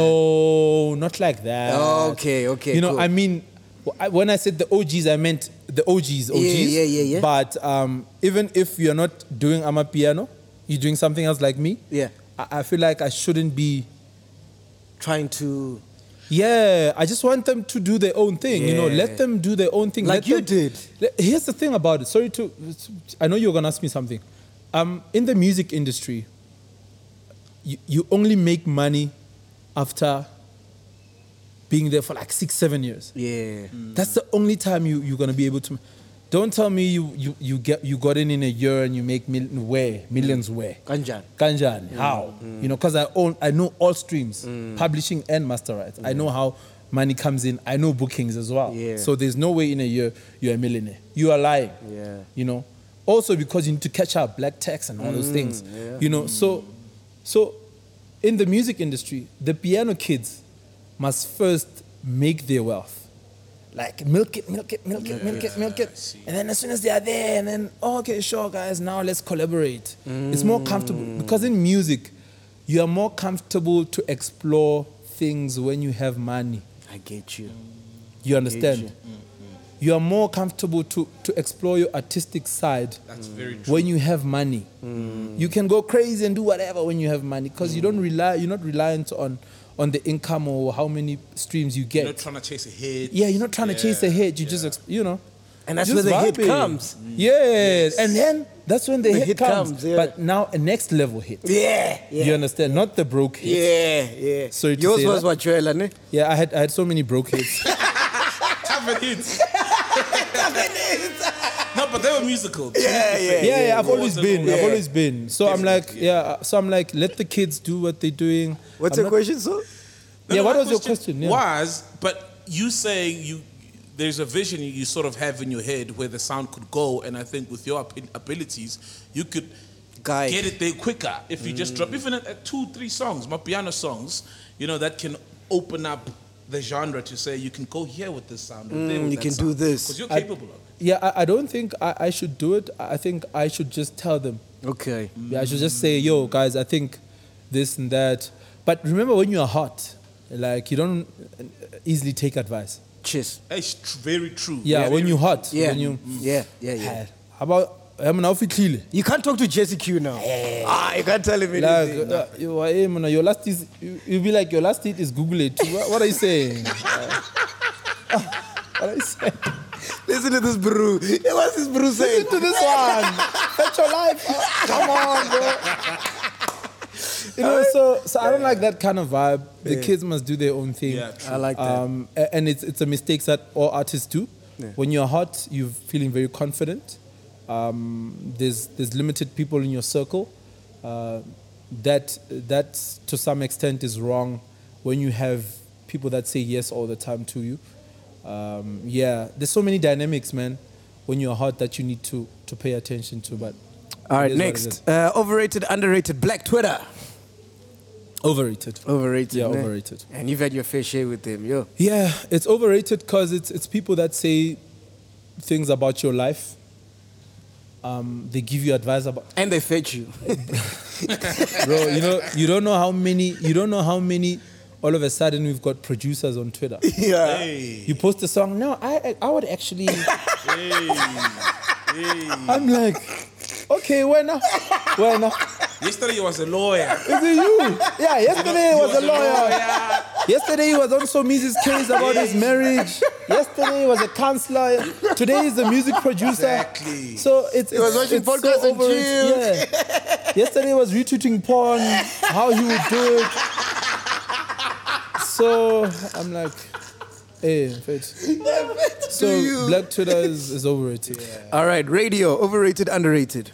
Speaker 6: No, not like that.
Speaker 5: Okay, okay,
Speaker 6: You know,
Speaker 5: cool.
Speaker 6: I mean, wh- I- when I said the OGs, I meant the OGs, OGs.
Speaker 5: yeah, yeah, yeah.
Speaker 6: But um, even if you're not doing Amapiano, you're doing something else like me.
Speaker 5: Yeah.
Speaker 6: I, I feel like I shouldn't be.
Speaker 5: Trying to
Speaker 6: Yeah, I just want them to do their own thing. You know,
Speaker 5: Yeah.
Speaker 6: let them do their own thing.
Speaker 5: Like
Speaker 6: Let
Speaker 5: you
Speaker 6: them-
Speaker 5: did.
Speaker 6: Le- Here's the thing about it. Sorry to. I know you're gonna ask me something. Um, in the music industry, you, you only make money after being there for like six, seven years.
Speaker 5: yeah.
Speaker 6: That's the only time you you're gonna be able to. Don't tell me you you you get you got in in a year and you make mil- where millions where
Speaker 5: Kanjan.
Speaker 6: Kanjani, how? You know, because I own, I know all streams, publishing and master rights. I know how money comes in. I know bookings as well.
Speaker 5: Yeah.
Speaker 6: So there's no way in a year you're a millionaire. You are lying.
Speaker 5: Yeah.
Speaker 6: You know, also because you need to catch up, black tax and all those things. You know, so, so, in the music industry, the piano kids must first make their wealth, like milk it, milk it, milk it, milk it, milk it. And then as soon as they are there, and then oh, okay, sure, guys, now let's collaborate. It's more comfortable because in music, you are more comfortable to explore things when you have money.
Speaker 5: I get you.
Speaker 6: You understand? You are more comfortable to, to explore your artistic side
Speaker 7: That's very true.
Speaker 6: when you have money. You can go crazy and do whatever when you have money because you don't rely. You're not reliant on on the income or how many streams you
Speaker 7: You're not
Speaker 6: get.
Speaker 7: trying to chase a hit.
Speaker 6: yeah, you're not trying to chase a
Speaker 7: Yeah,
Speaker 6: hit. You just
Speaker 7: yeah.
Speaker 6: just you know.
Speaker 5: And that's
Speaker 6: just
Speaker 5: where the hit
Speaker 6: vibing.
Speaker 5: comes.
Speaker 6: Yes. and then that's when the, hit,
Speaker 5: hit
Speaker 6: comes.
Speaker 5: comes, yeah.
Speaker 6: But now a next level hit.
Speaker 5: Yeah, yeah.
Speaker 6: You understand? Not the broke hit.
Speaker 5: Yeah, yeah.
Speaker 6: Sorry to
Speaker 5: Yours
Speaker 6: say
Speaker 5: was
Speaker 6: that.
Speaker 5: what, Joel, *laughs* ne?
Speaker 6: Yeah, I had I had so many
Speaker 5: *laughs*
Speaker 6: broke hits.
Speaker 7: Tough and hits. No, but they were musical.
Speaker 5: Yeah, yeah.
Speaker 6: yeah, yeah, I've
Speaker 7: Go
Speaker 6: always
Speaker 7: on the
Speaker 6: been,
Speaker 7: road.
Speaker 6: I've
Speaker 7: Yeah.
Speaker 6: always been. So I'm like,
Speaker 7: Definitely,
Speaker 6: yeah. So I'm like, let the kids do what they're doing.
Speaker 5: What's
Speaker 6: I'm
Speaker 5: your
Speaker 6: not-
Speaker 5: question, sir?
Speaker 7: No,
Speaker 6: yeah,
Speaker 7: no,
Speaker 6: what
Speaker 7: my
Speaker 6: was your question? Yeah.
Speaker 7: Was but you saying you there's a vision you sort of have in your head where the sound could go, and I think with your abil- abilities, you could
Speaker 5: Guide. Mm.
Speaker 7: get it there quicker if you just drop even at, at two, three songs, my piano songs, you know, that can open up the genre to say you can go here with this sound. and there
Speaker 5: Mm,
Speaker 7: with
Speaker 5: you
Speaker 7: that
Speaker 5: can do
Speaker 7: sound,
Speaker 5: this.
Speaker 7: 'cause you're
Speaker 6: I-
Speaker 7: capable of it.
Speaker 6: Yeah, I, I don't think I, I should do it. I I think I should just tell them.
Speaker 5: Okay.
Speaker 6: Yeah, I should just say, yo, guys, I think this and that. But remember, when you are hot, like you don't easily take advice.
Speaker 5: Cheers.
Speaker 7: It's tr- very true.
Speaker 6: Yeah, when you're hot,
Speaker 5: Yeah.
Speaker 6: when you,
Speaker 5: yeah, yeah, yeah.
Speaker 6: how about I'm now clearly.
Speaker 5: You can't talk to Jesse Q now. Ah, you can't tell him
Speaker 6: Like,
Speaker 5: anything.
Speaker 6: uh, you are, hey, man, your last is, you, you'll be like, your last hit is Google it. What, what are you
Speaker 5: *laughs*
Speaker 6: saying? *laughs* Uh, what are you saying?
Speaker 5: Listen to this brew. *laughs* What's this brew saying?
Speaker 6: Listen to this one. Fetch your life. Uh, come on, bro. You know, so so I don't like that kind of vibe. The kids must do their own thing.
Speaker 7: Yeah, true.
Speaker 5: I like that.
Speaker 6: Um, a- and it's it's a mistake that all artists do. When you're hot, you're feeling very confident. Um, there's there's limited people in your circle. Uh, that that to some extent is wrong when you have people that say yes all the time to you. Um, yeah, there's so many dynamics, man. When you're hot, that you need to to pay attention to. But
Speaker 5: All right,
Speaker 6: it is what it is.
Speaker 5: next. Uh, overrated, underrated, black Twitter.
Speaker 6: overrated.
Speaker 5: Overrated.
Speaker 6: Yeah,
Speaker 5: ne?
Speaker 6: overrated.
Speaker 5: And you've had your fair share with them, yo.
Speaker 6: Yeah, it's overrated because it's it's people that say things about your life. Um, they give you advice about
Speaker 5: And they fed you.
Speaker 6: bro. You know, you don't know how many. You don't know how many. All of a sudden, we've got producers on Twitter.
Speaker 5: *laughs* *laughs* yeah.
Speaker 6: You post a song. No, I I would *laughs* actually. I'm like, okay, where now? Where now?
Speaker 7: Yesterday you was a lawyer.
Speaker 6: Is it you? Yeah, *laughs* yesterday
Speaker 7: You
Speaker 6: was a lawyer. Yesterday he was on Somizi's case about his marriage. Yesterday he was a counselor. Today he's a music producer.
Speaker 7: Exactly.
Speaker 6: So it's, it's,
Speaker 5: was watching
Speaker 6: it's so
Speaker 5: podcasts and
Speaker 6: over-
Speaker 5: chilled.
Speaker 6: Yeah. Yesterday he was retweeting porn, how he would do it. So I'm like, hey, fit. So black Twitter is, is overrated.
Speaker 5: All right, radio. Overrated, underrated.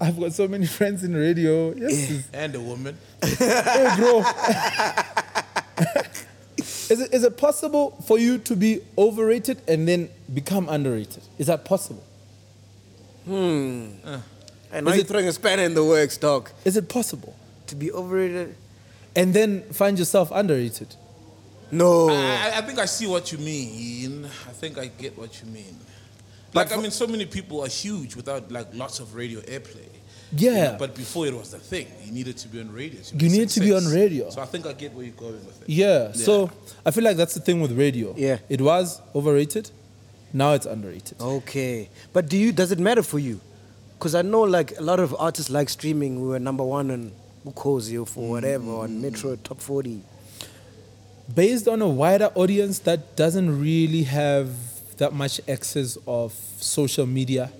Speaker 6: I've got so many friends in radio. Yes, it's-
Speaker 7: And a woman.
Speaker 6: hey, bro. is, it, is it possible for you to be overrated and then become underrated? Is that possible?
Speaker 5: And now you're throwing a spanner in the works, dog.
Speaker 6: Is it possible?
Speaker 5: To be overrated?
Speaker 6: And then find yourself underrated.
Speaker 5: No.
Speaker 7: I, I- I think I see what you mean. I think I get what you mean.
Speaker 5: But
Speaker 7: Like I
Speaker 5: for-
Speaker 7: mean, so many people are huge without like lots of radio airplay.
Speaker 6: Yeah.
Speaker 7: You know, but before it was the thing, you needed to be on radio. To be
Speaker 6: You
Speaker 7: a
Speaker 6: need to be
Speaker 7: success.
Speaker 6: on radio.
Speaker 7: So I think I get where you're going with it.
Speaker 6: Yeah. So I feel like that's the thing with radio.
Speaker 5: Yeah.
Speaker 6: It was overrated. Now it's underrated.
Speaker 5: Okay, but do you? Does it matter for you? Because I know like a lot of artists like streaming. We were number one on Ukozio for whatever on Metro Top Forty.
Speaker 6: Based on a wider audience that doesn't really have that much access of social media,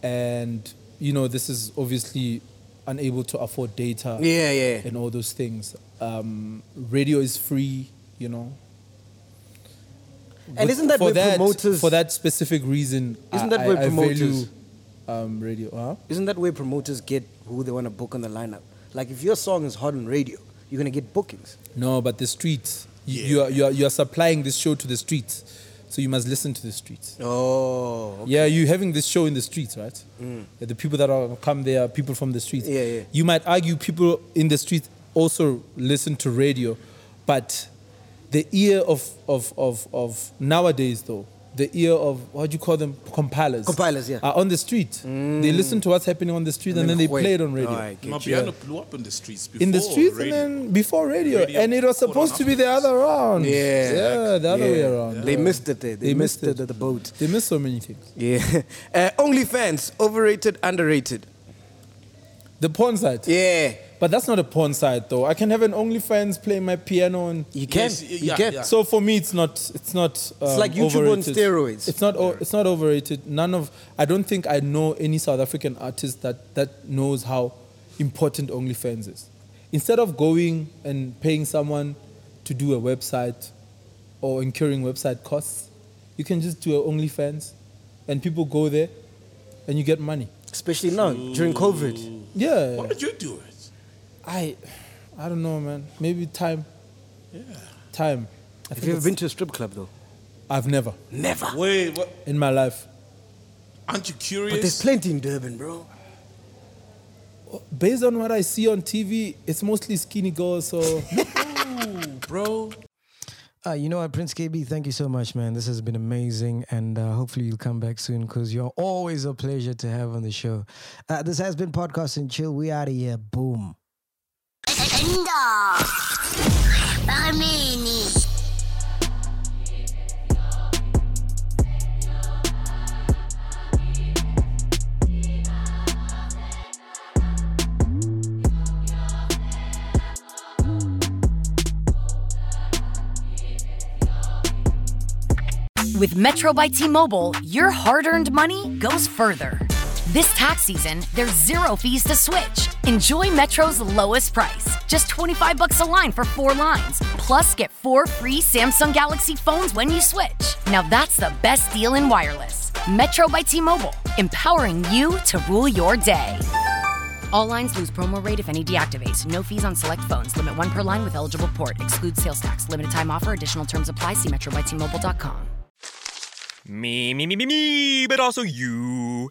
Speaker 6: and you know this is obviously unable to afford data.
Speaker 5: Yeah, yeah.
Speaker 6: and all those things. Um, radio is free, you know.
Speaker 5: And isn't that
Speaker 6: for
Speaker 5: where
Speaker 6: that,
Speaker 5: promoters?
Speaker 6: for that specific reason?
Speaker 5: Isn't
Speaker 6: I-
Speaker 5: that
Speaker 6: I-
Speaker 5: where
Speaker 6: I
Speaker 5: promoters-
Speaker 6: value, um, radio? Huh?
Speaker 5: Isn't that where promoters get who they want to book on the lineup? Like if your song is hot on radio, you're gonna get bookings.
Speaker 6: No, but the streets. You, you are you are you are supplying this show to the streets, so you must listen to the streets.
Speaker 5: Oh,
Speaker 6: Yeah, you having this show in the streets, right? The people that are come there are people from the streets.
Speaker 5: Mm. Yeah, yeah.
Speaker 6: You might argue people in the streets also listen to radio, but The ear of, of, of, of nowadays, though, the ear of, what do you call them? Compilers.
Speaker 5: Compilers, yeah. Mm.
Speaker 6: Are on the street. They listen to what's happening on the street and, then, they
Speaker 5: wait.
Speaker 6: play it on radio.
Speaker 5: Oh, I get you.
Speaker 7: Mapiano blew up in the streets before
Speaker 6: in the streets
Speaker 7: radio.
Speaker 6: and then before radio.
Speaker 7: Radio
Speaker 6: and it was
Speaker 7: before
Speaker 6: supposed to be the other round.
Speaker 5: Yeah.
Speaker 6: Yeah, the other
Speaker 5: Yeah.
Speaker 6: way around.
Speaker 5: They missed it. They, they,
Speaker 6: They
Speaker 5: missed,
Speaker 6: missed
Speaker 5: it
Speaker 6: it.
Speaker 5: at the boat.
Speaker 6: They miss so many things.
Speaker 5: Yeah. *laughs* Uh, OnlyFans, overrated, underrated.
Speaker 6: The porn site.
Speaker 5: Yeah.
Speaker 6: But that's not a porn site though. I can have an OnlyFans play my piano and
Speaker 5: You can.
Speaker 7: Yes,
Speaker 5: you
Speaker 7: yeah,
Speaker 5: can.
Speaker 7: yeah.
Speaker 6: so for me it's not it's not um,
Speaker 5: like YouTube on
Speaker 6: overrated.
Speaker 5: steroids.
Speaker 6: It's not o- it's not overrated. None of I don't think I know any South African artist that that knows how important OnlyFans is. Instead of going and paying someone to do a website or incurring website costs, you can just do a OnlyFans and people go there and you get money.
Speaker 5: Especially now, during COVID.
Speaker 6: Yeah.
Speaker 7: Why did you do it?
Speaker 6: I I don't know, man. Maybe time.
Speaker 7: Yeah.
Speaker 6: Time. I
Speaker 5: Have
Speaker 6: think
Speaker 5: you ever
Speaker 6: it's-
Speaker 5: been to a strip club, though?
Speaker 6: I've never
Speaker 5: Never.
Speaker 7: Wait, what?
Speaker 6: in my life.
Speaker 7: Aren't you
Speaker 5: But there's
Speaker 7: curious?
Speaker 5: plenty in Durban, bro.
Speaker 6: Based on what I see on TV, it's mostly skinny girls. So
Speaker 7: bro.
Speaker 3: Uh, you know what, Prince KB, thank you so much, man. This has been amazing, and uh, hopefully you'll come back soon because you're always a pleasure to have on the show. Uh, this has been Podcast and Chill. We out of here. Boom.
Speaker 9: With Metro by T Mobile, your hard earned money goes further. This tax season, there's zero fees to switch. Enjoy Metro's lowest price, just 25 bucks a line for four lines. Plus, get four free Samsung Galaxy phones when you switch. Now that's the best deal in wireless. Metro by T Mobile, empowering you to rule your day. All lines lose promo rate if any deactivates. No fees on select phones. Limit one per line with eligible port. Excludes sales tax. Limited time offer. Additional terms apply. See Metro by T-Mobile.com.
Speaker 3: *laughs* Me, me, me, me, me, but also you.